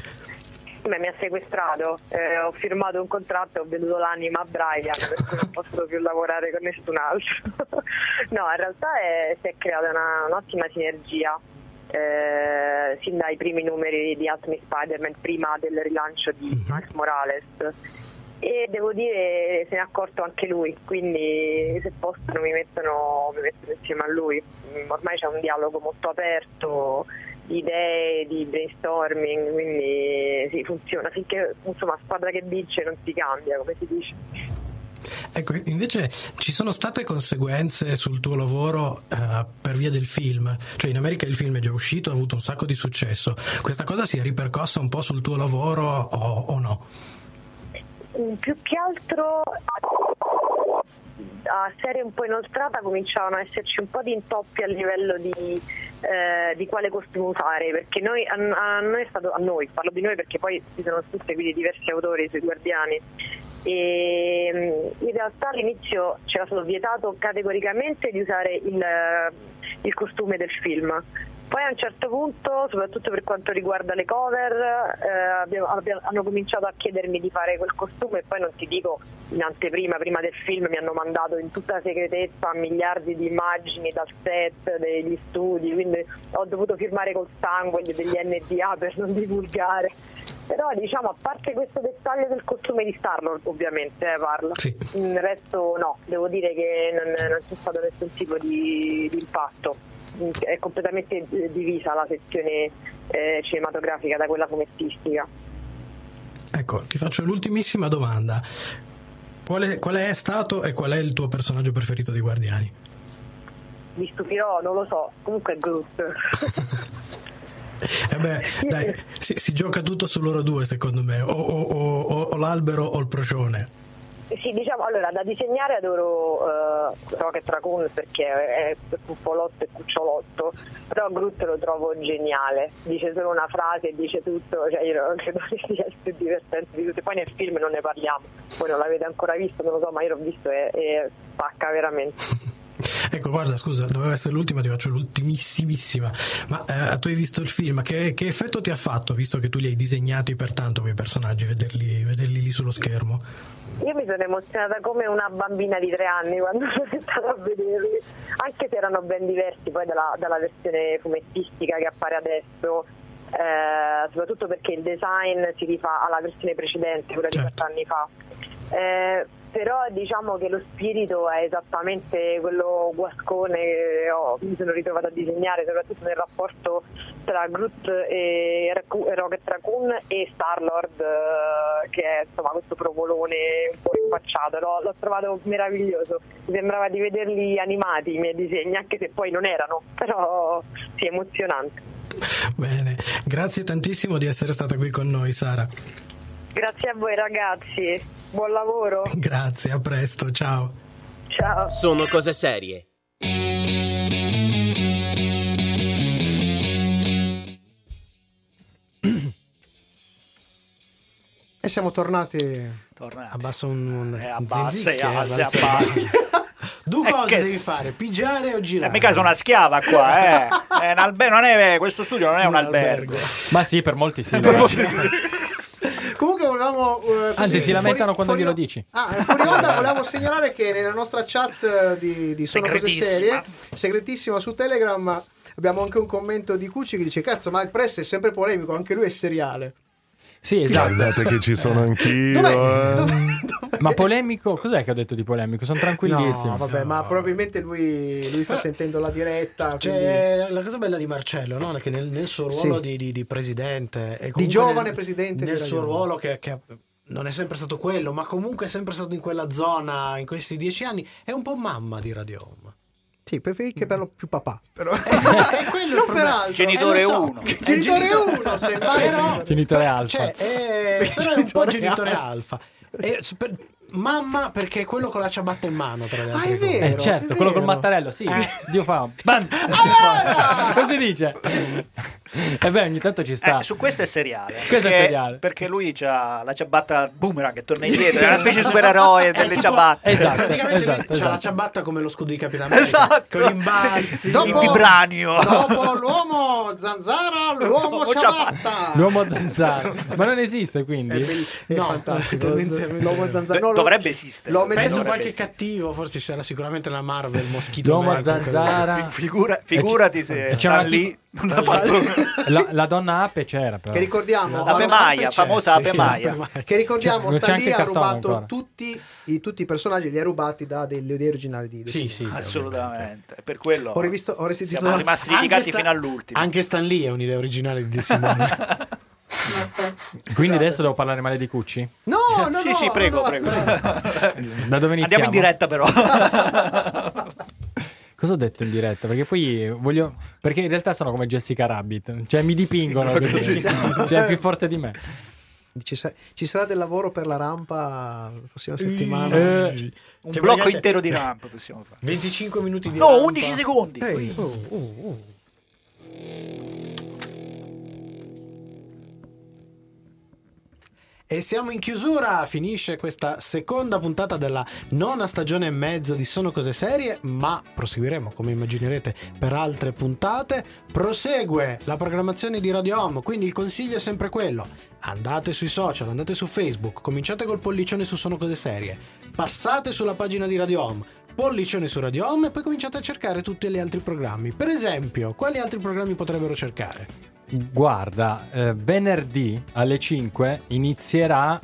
Speaker 18: Beh, mi ha sequestrato, eh, ho firmato un contratto e ho venduto l'anima a Brian, per cui non posso più lavorare con nessun altro. *laughs* no, in realtà è- si è creata una- un'ottima sinergia. eh, sin dai primi numeri di Ultimate Spider-Man prima del rilancio di Max Morales e devo dire se ne è accorto anche lui quindi se possono mi mettono, mi mettono insieme a lui Mm, ormai c'è un dialogo molto aperto di idee, di brainstorming quindi sì, funziona finché insomma squadra che vince non si cambia come si dice
Speaker 17: Ecco, invece ci sono state conseguenze sul tuo lavoro eh, per via del film, cioè in America il film è già uscito, ha avuto un sacco di successo, questa cosa si è ripercossa un po' sul tuo lavoro o, o no?
Speaker 18: Mm, più che altro a serie un po' inoltrata cominciavano a esserci un po' di intoppi a livello di, eh, di quale costume usare, perché noi, a, a noi è stato, a noi, parlo di noi perché poi ci sono scritte quindi diversi autori sui guardiani. E mm, in realtà all'inizio c'era stato vietato categoricamente di usare il, il costume del film. Poi a un certo punto, soprattutto per quanto riguarda le cover, eh, abbiamo- abbia- hanno cominciato a chiedermi di fare quel costume e poi non ti dico in anteprima, prima del film mi hanno mandato in tutta segretezza miliardi di immagini dal set, degli studi, quindi ho dovuto firmare col sangue degli NDA per non divulgare. Però diciamo, a parte questo dettaglio del costume di Starlord ovviamente eh, parlo, il resto no, devo dire che non, non c'è stato nessun tipo di- di impatto è completamente eh, divisa la sezione eh, cinematografica da quella fumettistica.
Speaker 3: Ecco, ti faccio l'ultimissima domanda. Qual è, qual è stato e qual è il tuo personaggio preferito di Guardiani?
Speaker 18: Mi stupirò, non lo so, comunque è Groot.
Speaker 3: Eh beh, dai, si, si gioca tutto su loro due, secondo me, o, o- o- o- o l'albero o il procione.
Speaker 18: sì, diciamo, allora, da disegnare adoro eh, Rocket Raccoon perché è puffolotto e cucciolotto, però Groot lo trovo geniale, dice solo una frase, dice tutto, cioè io non credo *laughs* che sia il più divertente di tutti, poi nel film non ne parliamo, voi non l'avete ancora visto, non lo so, ma io l'ho visto e, e spacca veramente.
Speaker 3: Ecco, guarda, scusa, doveva essere l'ultima, ti faccio l'ultimissimissima. Ma eh, tu hai visto il film, che, che effetto ti ha fatto, visto che tu li hai disegnati per tanto quei personaggi, vederli, vederli lì sullo schermo?
Speaker 18: Io mi sono emozionata come una bambina di tre anni quando *laughs* sono stata a vederli, anche se erano ben diversi poi dalla, dalla versione fumettistica che appare adesso, eh, soprattutto perché il design si rifà alla versione precedente, quella di quattro anni fa. Eh, però diciamo che lo spirito è esattamente quello guascone che ho- mi sono ritrovata a disegnare, soprattutto nel rapporto tra Groot e Racco- Rocket Raccoon e Star-Lord, eh, che è insomma questo provolone un po' impacciato. L'ho, l'ho trovato meraviglioso, mi sembrava di vederli animati i miei disegni, anche se poi non erano, *laughs* però sì, emozionante.
Speaker 3: Bene, grazie tantissimo di essere stata qui con noi, Sara.
Speaker 18: Grazie a voi ragazzi, buon lavoro,
Speaker 3: Grazie, a presto, ciao.
Speaker 18: ciao.
Speaker 5: Sono cose serie.
Speaker 2: E siamo tornati.
Speaker 1: Eh,
Speaker 3: Abbassa un, un
Speaker 1: abbassa,
Speaker 3: zinzicchia,
Speaker 1: alza,
Speaker 3: abbassa.
Speaker 1: abbassa.
Speaker 3: *laughs* Due
Speaker 1: Eh,
Speaker 3: cose
Speaker 1: che
Speaker 3: devi
Speaker 1: s-
Speaker 3: fare, pigiare o girare.
Speaker 1: Eh, mica sono una schiava qua, eh. È un albe- non è- questo studio non è un albergo.
Speaker 4: Ma sì, *laughs* per molti sì.
Speaker 1: Per
Speaker 4: lo
Speaker 1: molti-
Speaker 4: è.
Speaker 2: Comunque volevamo. eh, così,
Speaker 4: Anzi, si
Speaker 2: fuori-
Speaker 4: lamentano quando
Speaker 2: fuori-
Speaker 4: glielo dici.
Speaker 2: Ah, eh, fuori
Speaker 4: *laughs*
Speaker 2: onda volevamo segnalare che nella nostra chat eh, di, di Sono Cose
Speaker 4: Segretissima.
Speaker 2: Serie, segretissima su Telegram, abbiamo anche un commento di Cucci che dice: Cazzo, ma il press è sempre polemico, anche lui è seriale.
Speaker 4: Sì, esatto.
Speaker 6: Guardate che
Speaker 2: *laughs*
Speaker 6: ci sono anch'io. eh.
Speaker 4: Ma polemico, cos'è che ho detto di polemico? Sono tranquillissimo.
Speaker 2: No, vabbè, ma probabilmente lui, lui sta sentendo la diretta.
Speaker 4: Cioè,
Speaker 2: quindi-
Speaker 3: C'è la cosa bella di Marcello, no? che nel, nel suo ruolo
Speaker 2: Sì.
Speaker 3: di, di- di presidente, e
Speaker 2: Di
Speaker 3: comunque
Speaker 2: giovane
Speaker 3: nel-
Speaker 2: presidente di
Speaker 3: nel
Speaker 2: Radio
Speaker 3: suo
Speaker 2: Uno.
Speaker 3: ruolo che, che non è sempre stato quello, ma comunque è sempre stato in quella zona in questi dieci anni, è un po' mamma di Radio Home.
Speaker 2: Sì, preferì che parlo più papà. *laughs* Però.
Speaker 3: è quello il
Speaker 2: Non per
Speaker 3: problema.
Speaker 2: altro.
Speaker 1: Genitore
Speaker 2: Eh, lo so.
Speaker 1: uno.
Speaker 2: Genitore
Speaker 3: genito-
Speaker 2: uno, semmai.
Speaker 3: *laughs* Però-
Speaker 4: Genitore alfa.
Speaker 3: Eh, Cioè,
Speaker 2: *laughs*
Speaker 3: è, però è un po'
Speaker 2: Genitore
Speaker 3: genitore
Speaker 2: alfa.
Speaker 3: alfa. E s- per- mamma perché è quello con la ciabatta in mano, tra le
Speaker 2: Ah,
Speaker 3: altre
Speaker 2: è
Speaker 3: cose. Eh.
Speaker 2: vero, Eh.
Speaker 4: eh certo, quello col mattarello, sì,
Speaker 2: *laughs*
Speaker 4: Dio fa. Bam! Così dice. E beh, ogni tanto ci sta.
Speaker 1: Eh, su questo è seriale.
Speaker 4: Questo è
Speaker 1: perché-
Speaker 4: seriale.
Speaker 1: Perché lui c'ha la ciabatta boomerang che torna
Speaker 3: Sì,
Speaker 1: indietro.
Speaker 3: sì.
Speaker 1: è una specie di supereroe
Speaker 3: È
Speaker 1: delle
Speaker 3: tipo-
Speaker 1: ciabatte.
Speaker 4: Esatto,
Speaker 3: praticamente lui c'ha la ciabatta come lo scudo di Capitano America,
Speaker 1: Esatto.
Speaker 3: con gli imbalzi
Speaker 2: Dopo-
Speaker 3: i
Speaker 1: vibranio.
Speaker 2: Dopo l'uomo zanzara, l'uomo
Speaker 1: L'uomo
Speaker 2: ciabatta.
Speaker 4: L'uomo zanzaro. Ma non esiste quindi?
Speaker 2: È fantastico.
Speaker 3: tendenzialmente-
Speaker 2: L'uomo zanzara.
Speaker 3: Beh,
Speaker 2: No, lo-
Speaker 3: dovrebbe
Speaker 1: esistere.
Speaker 2: Lo
Speaker 3: penso
Speaker 2: metto
Speaker 3: qualche cattivo forse ci sarà sicuramente la Marvel moschito
Speaker 4: L'uomo
Speaker 2: eh, *laughs*
Speaker 3: Man,
Speaker 4: zanzara.
Speaker 3: qualcosa.
Speaker 1: Figura- figurati se
Speaker 4: E c'è
Speaker 1: sta
Speaker 4: una
Speaker 1: lì,
Speaker 4: tipo-
Speaker 1: non ha fatto-
Speaker 4: la, la donna ape c'era però.
Speaker 2: Che ricordiamo,
Speaker 1: Ape
Speaker 2: ha-
Speaker 1: Maia, famosa Ape
Speaker 2: sì,
Speaker 1: Maia.
Speaker 2: Che ricordiamo,
Speaker 4: Non c'è
Speaker 2: sta
Speaker 4: anche
Speaker 2: lì
Speaker 4: il
Speaker 2: ha
Speaker 4: cartone
Speaker 2: rubato
Speaker 4: ancora.
Speaker 2: tutti i, tutti i personaggi, li ha rubati da dei, dei originali di Disney.
Speaker 1: Assolutamente. Per quello
Speaker 2: Ho rivisto- ho risentito-
Speaker 1: siamo rimasti
Speaker 2: Anche
Speaker 1: litigati
Speaker 2: sta-
Speaker 1: fino all'ultimo. *laughs*
Speaker 3: anche Stan Lee è un'idea originale di De Simone
Speaker 4: Quindi adesso devo parlare male di Cucci?
Speaker 2: No,
Speaker 1: *laughs*
Speaker 2: no,
Speaker 1: sì,
Speaker 2: no,
Speaker 1: sì,
Speaker 2: no,
Speaker 1: prego,
Speaker 2: no,
Speaker 1: prego.
Speaker 4: Da dove
Speaker 1: Andiamo
Speaker 4: iniziamo?
Speaker 1: in diretta
Speaker 4: *laughs*
Speaker 1: però.
Speaker 2: Cioè,
Speaker 4: Cosa ho detto in diretta? Perché poi voglio.
Speaker 2: *laughs*
Speaker 4: Perché in realtà sono come Jessica Rabbit, cioè mi dipingono
Speaker 1: Così.
Speaker 4: così, cioè è più forte di me.
Speaker 2: Ci, sa- ci sarà del lavoro per la rampa la prossima settimana.
Speaker 1: Eh, un
Speaker 2: Cioè,
Speaker 1: blocco
Speaker 2: praticamente-
Speaker 1: intero di rampa possiamo fare.
Speaker 3: 25 minuti di
Speaker 1: No,
Speaker 3: rampa.
Speaker 1: 11 secondi.
Speaker 2: Eh.
Speaker 3: Ehi, oh, oh, oh. E siamo in chiusura, finisce questa seconda puntata della nona stagione e mezzo di Sono Cose Serie, ma proseguiremo, come immaginerete, per altre puntate. Prosegue la programmazione di Radio Home, quindi il consiglio è sempre quello. Andate sui social, andate su Facebook, cominciate col pollicione su Sono Cose Serie, passate sulla pagina di Radio Home, pollicione su Radio Home e poi cominciate a cercare tutti gli altri programmi. Per esempio, quali altri programmi potrebbero cercare?
Speaker 4: Guarda, eh, venerdì alle 5 inizierà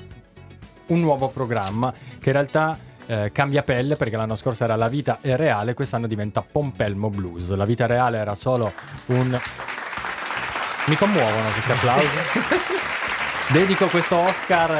Speaker 4: un nuovo programma che in realtà eh, cambia pelle perché l'anno scorso era La vita è reale, quest'anno diventa Pompelmo Blues. La vita reale era solo un... Mi commuovono questi applausi. Dedico questo Oscar...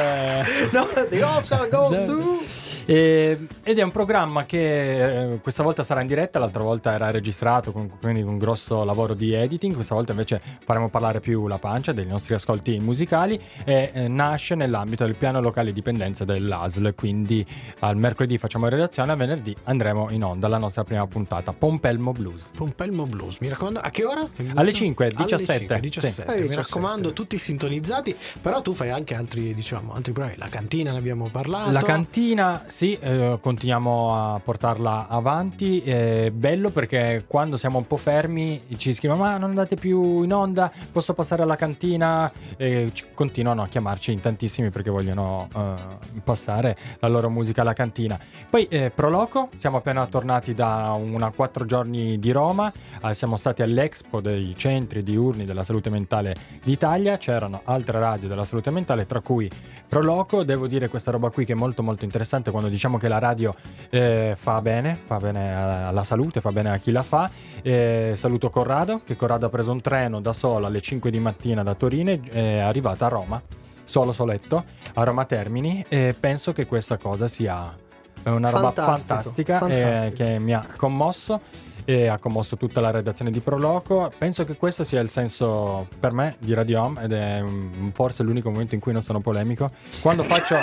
Speaker 4: eh,
Speaker 2: No, the Oscar goes to...
Speaker 4: e- Eh, ed è un programma che eh, questa volta sarà in diretta, l'altra volta era registrato, con, quindi con un grosso lavoro di editing. Questa volta invece faremo parlare più la pancia dei nostri ascolti musicali e eh, nasce nell'ambito del piano locale dipendenza dell'ASL. Quindi al mercoledì facciamo redazione, a venerdì andremo in onda la nostra prima puntata, Pompelmo Blues.
Speaker 3: Pompelmo Blues, mi raccomando, a che ora?
Speaker 4: Alle 5,
Speaker 3: Alle
Speaker 4: 17.
Speaker 3: 5, 17.
Speaker 4: Sì.
Speaker 3: Mi raccomando, tutti sintonizzati. Però tu fai anche altri, diciamo, altri bravi. La cantina ne abbiamo parlato.
Speaker 4: La cantina, sì, eh, continuiamo a portarla avanti. È bello perché quando siamo un po' fermi ci scrivono: Ma non andate più in onda, posso passare alla cantina? E ci- continuano a chiamarci in tantissimi perché vogliono eh, passare la loro musica alla cantina. Poi eh, Proloco, siamo appena tornati da una quattro giorni di Roma, eh, siamo stati all'Expo dei centri diurni della salute mentale d'Italia, c'erano altre radio della salute mentale, tra cui Proloco, devo dire questa roba qui che è molto molto interessante quando diciamo che la radio eh, fa bene, fa bene alla alla salute, fa bene a chi la fa. Eh, saluto Corrado, che Corrado ha preso un treno da sola alle 5 di mattina da Torino e è arrivata a Roma, solo soletto, a Roma Termini e penso che questa cosa sia è una roba
Speaker 2: Fantastico,
Speaker 4: fantastica eh,
Speaker 2: fantastico.
Speaker 4: che mi ha commosso e ha commosso tutta la redazione di Proloco. Penso che questo sia il senso per me di Radio Home ed è mm, forse l'unico momento in cui non sono polemico. Quando
Speaker 2: *laughs*
Speaker 4: faccio,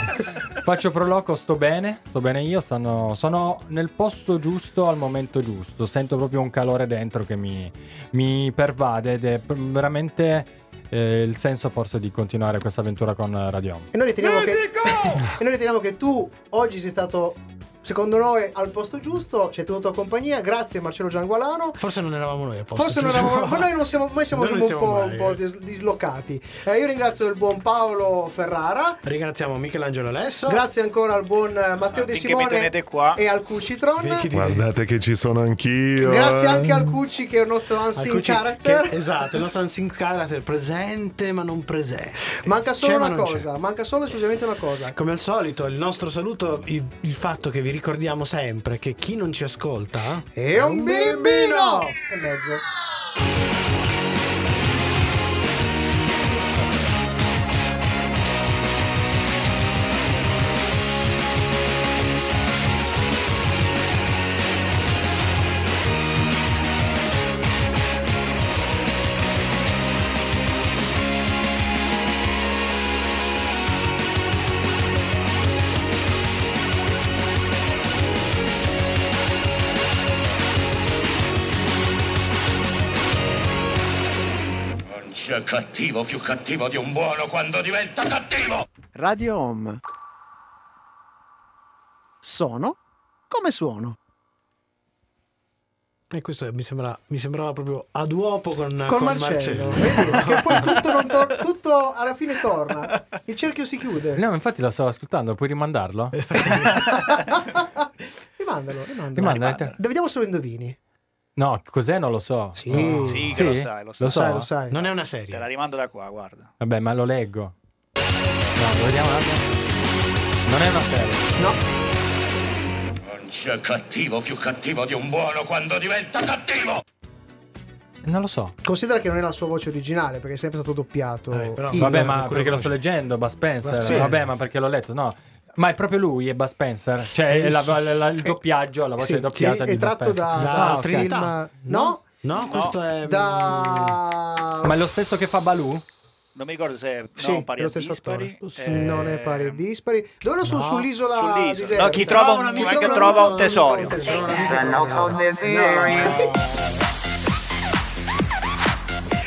Speaker 4: faccio Proloco sto bene, sto bene io, sono, sono nel posto giusto al momento giusto, sento proprio un calore dentro che mi, mi pervade ed è pr- veramente eh, il senso forse di continuare questa avventura con eh, Radio Home.
Speaker 2: E noi, riteniamo che, *laughs* e noi riteniamo che tu oggi sei stato, secondo noi, al posto giusto, ci hai tenuto compagnia. Grazie Marcello Giangualano.
Speaker 3: Forse non eravamo noi a posto.
Speaker 2: Forse non
Speaker 3: *laughs*
Speaker 2: eravamo, ma noi non siamo, noi siamo
Speaker 3: Noi non
Speaker 2: un,
Speaker 3: siamo
Speaker 2: po',
Speaker 3: mai. eh.
Speaker 2: un po' dis- dislocati. Eh, io ringrazio il buon Paolo Ferrara.
Speaker 3: Ringraziamo Michelangelo Alesso.
Speaker 2: Grazie ancora al buon eh, Matteo
Speaker 3: Ah,
Speaker 2: De
Speaker 1: finché mi
Speaker 2: Simone
Speaker 1: tenete qua.
Speaker 2: e al Cucitron.
Speaker 6: Guardate che ci sono anch'io.
Speaker 2: Grazie
Speaker 6: eh.
Speaker 2: anche al Cucci che è il nostro
Speaker 3: Al
Speaker 2: unseen
Speaker 3: Cucci-
Speaker 2: character.
Speaker 3: che- *laughs* esatto, il nostro unseen character presente ma non presente.
Speaker 2: Manca solo
Speaker 3: C'è, ma
Speaker 2: una
Speaker 3: non c'è.
Speaker 2: cosa, manca solo esclusivamente una cosa.
Speaker 3: Come al solito, il nostro saluto, il, il fatto che vi ricordiamo sempre che chi non ci ascolta
Speaker 2: E un birimbino! E mezzo.
Speaker 19: Non c'è cattivo più cattivo di un buono quando diventa cattivo!
Speaker 2: Radio Home. Sono come suono.
Speaker 3: E questo mi, sembra, mi sembrava proprio ad uopo con,
Speaker 2: Con
Speaker 3: Ah, con
Speaker 2: Marcello.
Speaker 3: Marcello. *laughs*
Speaker 2: Che poi tutto, non tor- tutto alla fine torna. Il cerchio si chiude.
Speaker 4: No, infatti lo stavo ascoltando, puoi rimandarlo?
Speaker 2: *laughs* Eh, Rimandalo, rimandalo.
Speaker 4: Rimanda,
Speaker 2: Da- Vediamo se lo indovini.
Speaker 4: No, cos'è non lo so.
Speaker 2: Sì.
Speaker 4: No.
Speaker 1: Sì, che
Speaker 4: Sì?
Speaker 1: lo sai, lo sai.
Speaker 4: Lo sai, lo
Speaker 2: sai.
Speaker 3: Non è
Speaker 1: *laughs*
Speaker 3: una
Speaker 1: Te
Speaker 3: serie.
Speaker 1: la rimando da qua, guarda.
Speaker 4: Vabbè, ma lo leggo. No, lo vediamo un attimo. Non è una serie.
Speaker 2: No.
Speaker 19: Non c'è cattivo più cattivo di un buono quando diventa cattivo!
Speaker 4: Non lo so.
Speaker 2: Considera che non è la sua voce originale perché è sempre stato doppiato. Il-
Speaker 4: Vabbè, ma perché lo sto leggendo, Bud Spencer.
Speaker 2: Bud Spencer.
Speaker 4: Vabbè, ma perché l'ho letto, no. Ma è proprio lui, è Bud Spencer. Cioè, è la- la- la- il doppiaggio, la voce
Speaker 2: Eh, Sì, sì,
Speaker 4: doppiata di
Speaker 2: è
Speaker 4: Bud
Speaker 2: tratto
Speaker 4: Spencer.
Speaker 2: da,
Speaker 4: Ah,
Speaker 2: da
Speaker 4: ok.
Speaker 2: film. No?
Speaker 3: No, questo è...
Speaker 2: Da...
Speaker 4: Ma è lo stesso che fa Baloo?
Speaker 1: Non mi ricordo se è
Speaker 2: Sì,
Speaker 1: no, pari
Speaker 2: lo
Speaker 1: a
Speaker 2: stesso
Speaker 1: dispari. eh,
Speaker 2: attore. Non è pari e dispari. Loro sono
Speaker 1: no,
Speaker 2: sull'isola,
Speaker 1: sull'isola.
Speaker 2: deserta.
Speaker 1: No, chi trova un-
Speaker 2: Chi
Speaker 1: chi che trova un tesoro.
Speaker 2: No,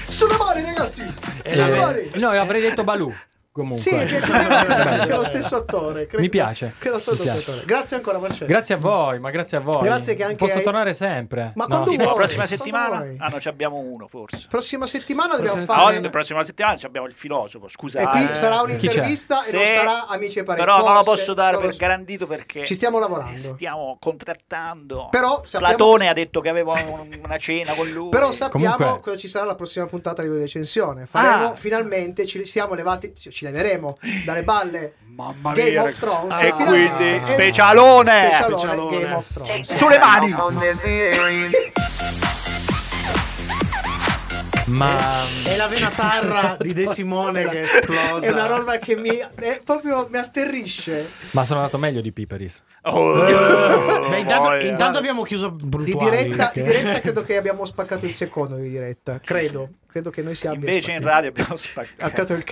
Speaker 2: Sono male, ragazzi. Sono male.
Speaker 4: Eh, no, io avrei detto Balù. Comunque.
Speaker 2: Sì, che- che- c'è lo stesso attore. credo-
Speaker 4: Mi piace.
Speaker 2: credo lo stesso
Speaker 4: Mi piace.
Speaker 2: attore. Grazie ancora, Marcello.
Speaker 4: Grazie a voi, ma grazie a voi.
Speaker 2: Grazie che anche
Speaker 4: Posso
Speaker 2: hai-
Speaker 4: tornare sempre.
Speaker 2: Ma
Speaker 4: No.
Speaker 2: quando
Speaker 1: Tipo la
Speaker 2: vuoi,
Speaker 1: prossima
Speaker 2: quando
Speaker 1: settimana?
Speaker 2: vuoi.
Speaker 1: Ah, no, ci abbiamo uno forse.
Speaker 2: Prossima settimana dobbiamo
Speaker 1: Ah,
Speaker 2: fare.
Speaker 1: la prossima settimana ci abbiamo il filosofo. Scusate.
Speaker 2: E qui sarà
Speaker 1: Eh,
Speaker 2: un'intervista e non
Speaker 1: se-
Speaker 2: sarà amici e parenti.
Speaker 1: Però non lo
Speaker 2: Forse,
Speaker 1: posso dare
Speaker 2: non lo
Speaker 1: per
Speaker 2: so.
Speaker 1: garantito perché
Speaker 2: Ci stiamo lavorando.
Speaker 1: Stiamo contrattando.
Speaker 2: Però sappiamo-
Speaker 1: Platone ha detto che aveva un- una cena con lui.
Speaker 2: Però sappiamo
Speaker 1: Comunque-
Speaker 2: cosa ci sarà la prossima puntata di recensione. Faremo
Speaker 1: Ah.
Speaker 2: finalmente, ci siamo levati, ci ci leveremo dalle balle
Speaker 1: Mamma
Speaker 2: Game
Speaker 1: mia,
Speaker 2: of Thrones.
Speaker 1: E
Speaker 2: finalmente-
Speaker 1: quindi
Speaker 2: eh,
Speaker 1: specialone.
Speaker 2: specialone, Game of Thrones.
Speaker 1: Sulle mani.
Speaker 4: Ma
Speaker 3: È la
Speaker 2: *laughs*
Speaker 3: vena tarra di De Simone che esplosa.
Speaker 2: È una roba che mi è proprio mi atterrisce.
Speaker 4: Ma sono andato meglio di Piperis.
Speaker 3: Beh,
Speaker 1: Oh,
Speaker 3: intanto, intanto abbiamo chiuso
Speaker 2: Di
Speaker 3: Brutuali,
Speaker 2: diretta, di
Speaker 3: perché-
Speaker 2: diretta credo che abbiamo spaccato il secondo di diretta. Credo. Credo che noi siamo
Speaker 1: Invece in radio abbiamo spaccato
Speaker 2: il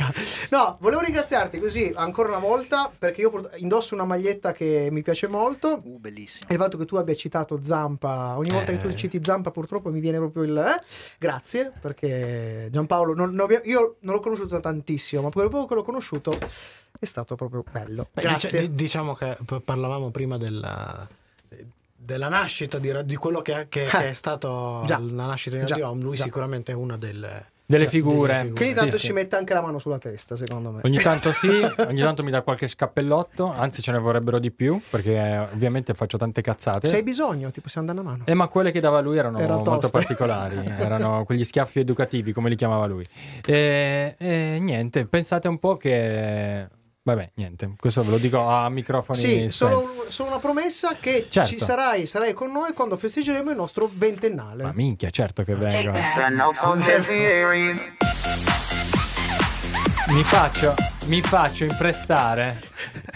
Speaker 2: No, volevo ringraziarti così ancora una volta perché io pur- indosso una maglietta che mi piace molto.
Speaker 1: Uh, bellissimo.
Speaker 2: E il fatto che tu abbia citato Zampa, ogni volta che
Speaker 4: Eh.
Speaker 2: tu citi Zampa purtroppo mi viene proprio il eh, grazie perché Giampaolo, non, non abbia- io non l'ho conosciuto tantissimo, ma quello poco che l'ho conosciuto è stato proprio bello.
Speaker 3: Beh,
Speaker 2: grazie.
Speaker 3: dic- diciamo che p- parlavamo prima della, della nascita di, Ra- di quello che, che- che è stato
Speaker 2: Eh, Già.
Speaker 3: la nascita di
Speaker 2: Già.
Speaker 3: Radio Home. Lui
Speaker 2: Già.
Speaker 3: sicuramente è una delle,
Speaker 4: Delle figure.
Speaker 2: Che ogni tanto
Speaker 4: Sì,
Speaker 2: ci
Speaker 4: sì.
Speaker 2: mette anche la mano sulla testa, secondo me. Eh,
Speaker 4: Ogni tanto sì, ogni tanto mi dà qualche scappellotto, anzi ce ne vorrebbero di più, perché eh, ovviamente faccio tante cazzate.
Speaker 2: Se hai bisogno, ti possiamo dare una mano.
Speaker 4: Eh, ma quelle che dava lui erano
Speaker 2: Era
Speaker 4: molto
Speaker 2: toste.
Speaker 4: particolari,
Speaker 2: *laughs*
Speaker 4: erano quegli schiaffi educativi, come li chiamava lui. E, e niente, pensate un po' che... Vabbè, niente, questo ve lo dico a microfoni
Speaker 2: Sì,
Speaker 4: spenti.
Speaker 2: solo, solo una promessa che
Speaker 4: Certo.
Speaker 2: ci sarai, sarai con noi quando festeggeremo il nostro ventennale.
Speaker 4: Ma minchia, certo che vengo.
Speaker 5: Eh,
Speaker 4: Mi faccio, mi faccio imprestare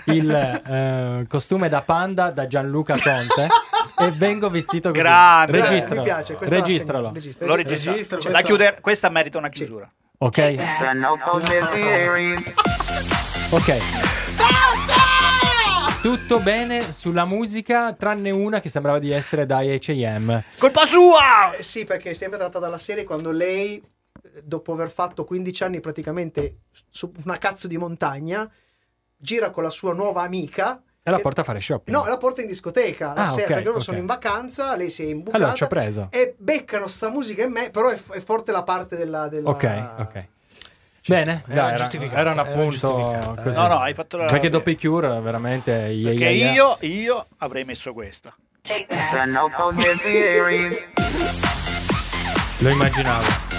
Speaker 4: il eh, costume da panda da Gianluca Conte e vengo vestito così.
Speaker 1: Grande.
Speaker 4: Registralo.
Speaker 2: Mi piace, questa la
Speaker 4: Registralo.
Speaker 2: segno, registra,
Speaker 1: Lo registro.
Speaker 2: registra. Registro,
Speaker 1: Cioè,
Speaker 2: questa-
Speaker 1: da chiudere- questa merita una chiusura.
Speaker 4: Ok? Ok. Tutto bene sulla musica, tranne una che sembrava di essere dai H&M.
Speaker 1: Colpa sua!
Speaker 2: Eh, sì, perché è sempre tratta dalla serie quando lei, eh, dopo aver fatto 15 anni praticamente su una cazzo di montagna, gira con la sua nuova amica.
Speaker 4: E la
Speaker 2: che-
Speaker 4: porta a fare shopping.
Speaker 2: No, la porta in discoteca. La
Speaker 4: Ah,
Speaker 2: sera,
Speaker 4: ok,
Speaker 2: perché loro
Speaker 4: ok.
Speaker 2: sono in vacanza, lei si è imbucata.
Speaker 4: Allora ci ho preso.
Speaker 2: E beccano sta musica in me, però è, f- è forte la parte della... della-
Speaker 4: Ok, ok. Bene,
Speaker 3: era
Speaker 4: dai, era,
Speaker 3: giustificata,
Speaker 4: era un
Speaker 3: era
Speaker 4: appunto
Speaker 3: giustificata.
Speaker 4: così.
Speaker 1: No, no, hai fatto la-
Speaker 4: Perché dopo i Cure veramente... yeah,
Speaker 1: Perché
Speaker 4: yeah, yeah.
Speaker 1: io, io avrei messo questa.
Speaker 4: Lo immaginavo.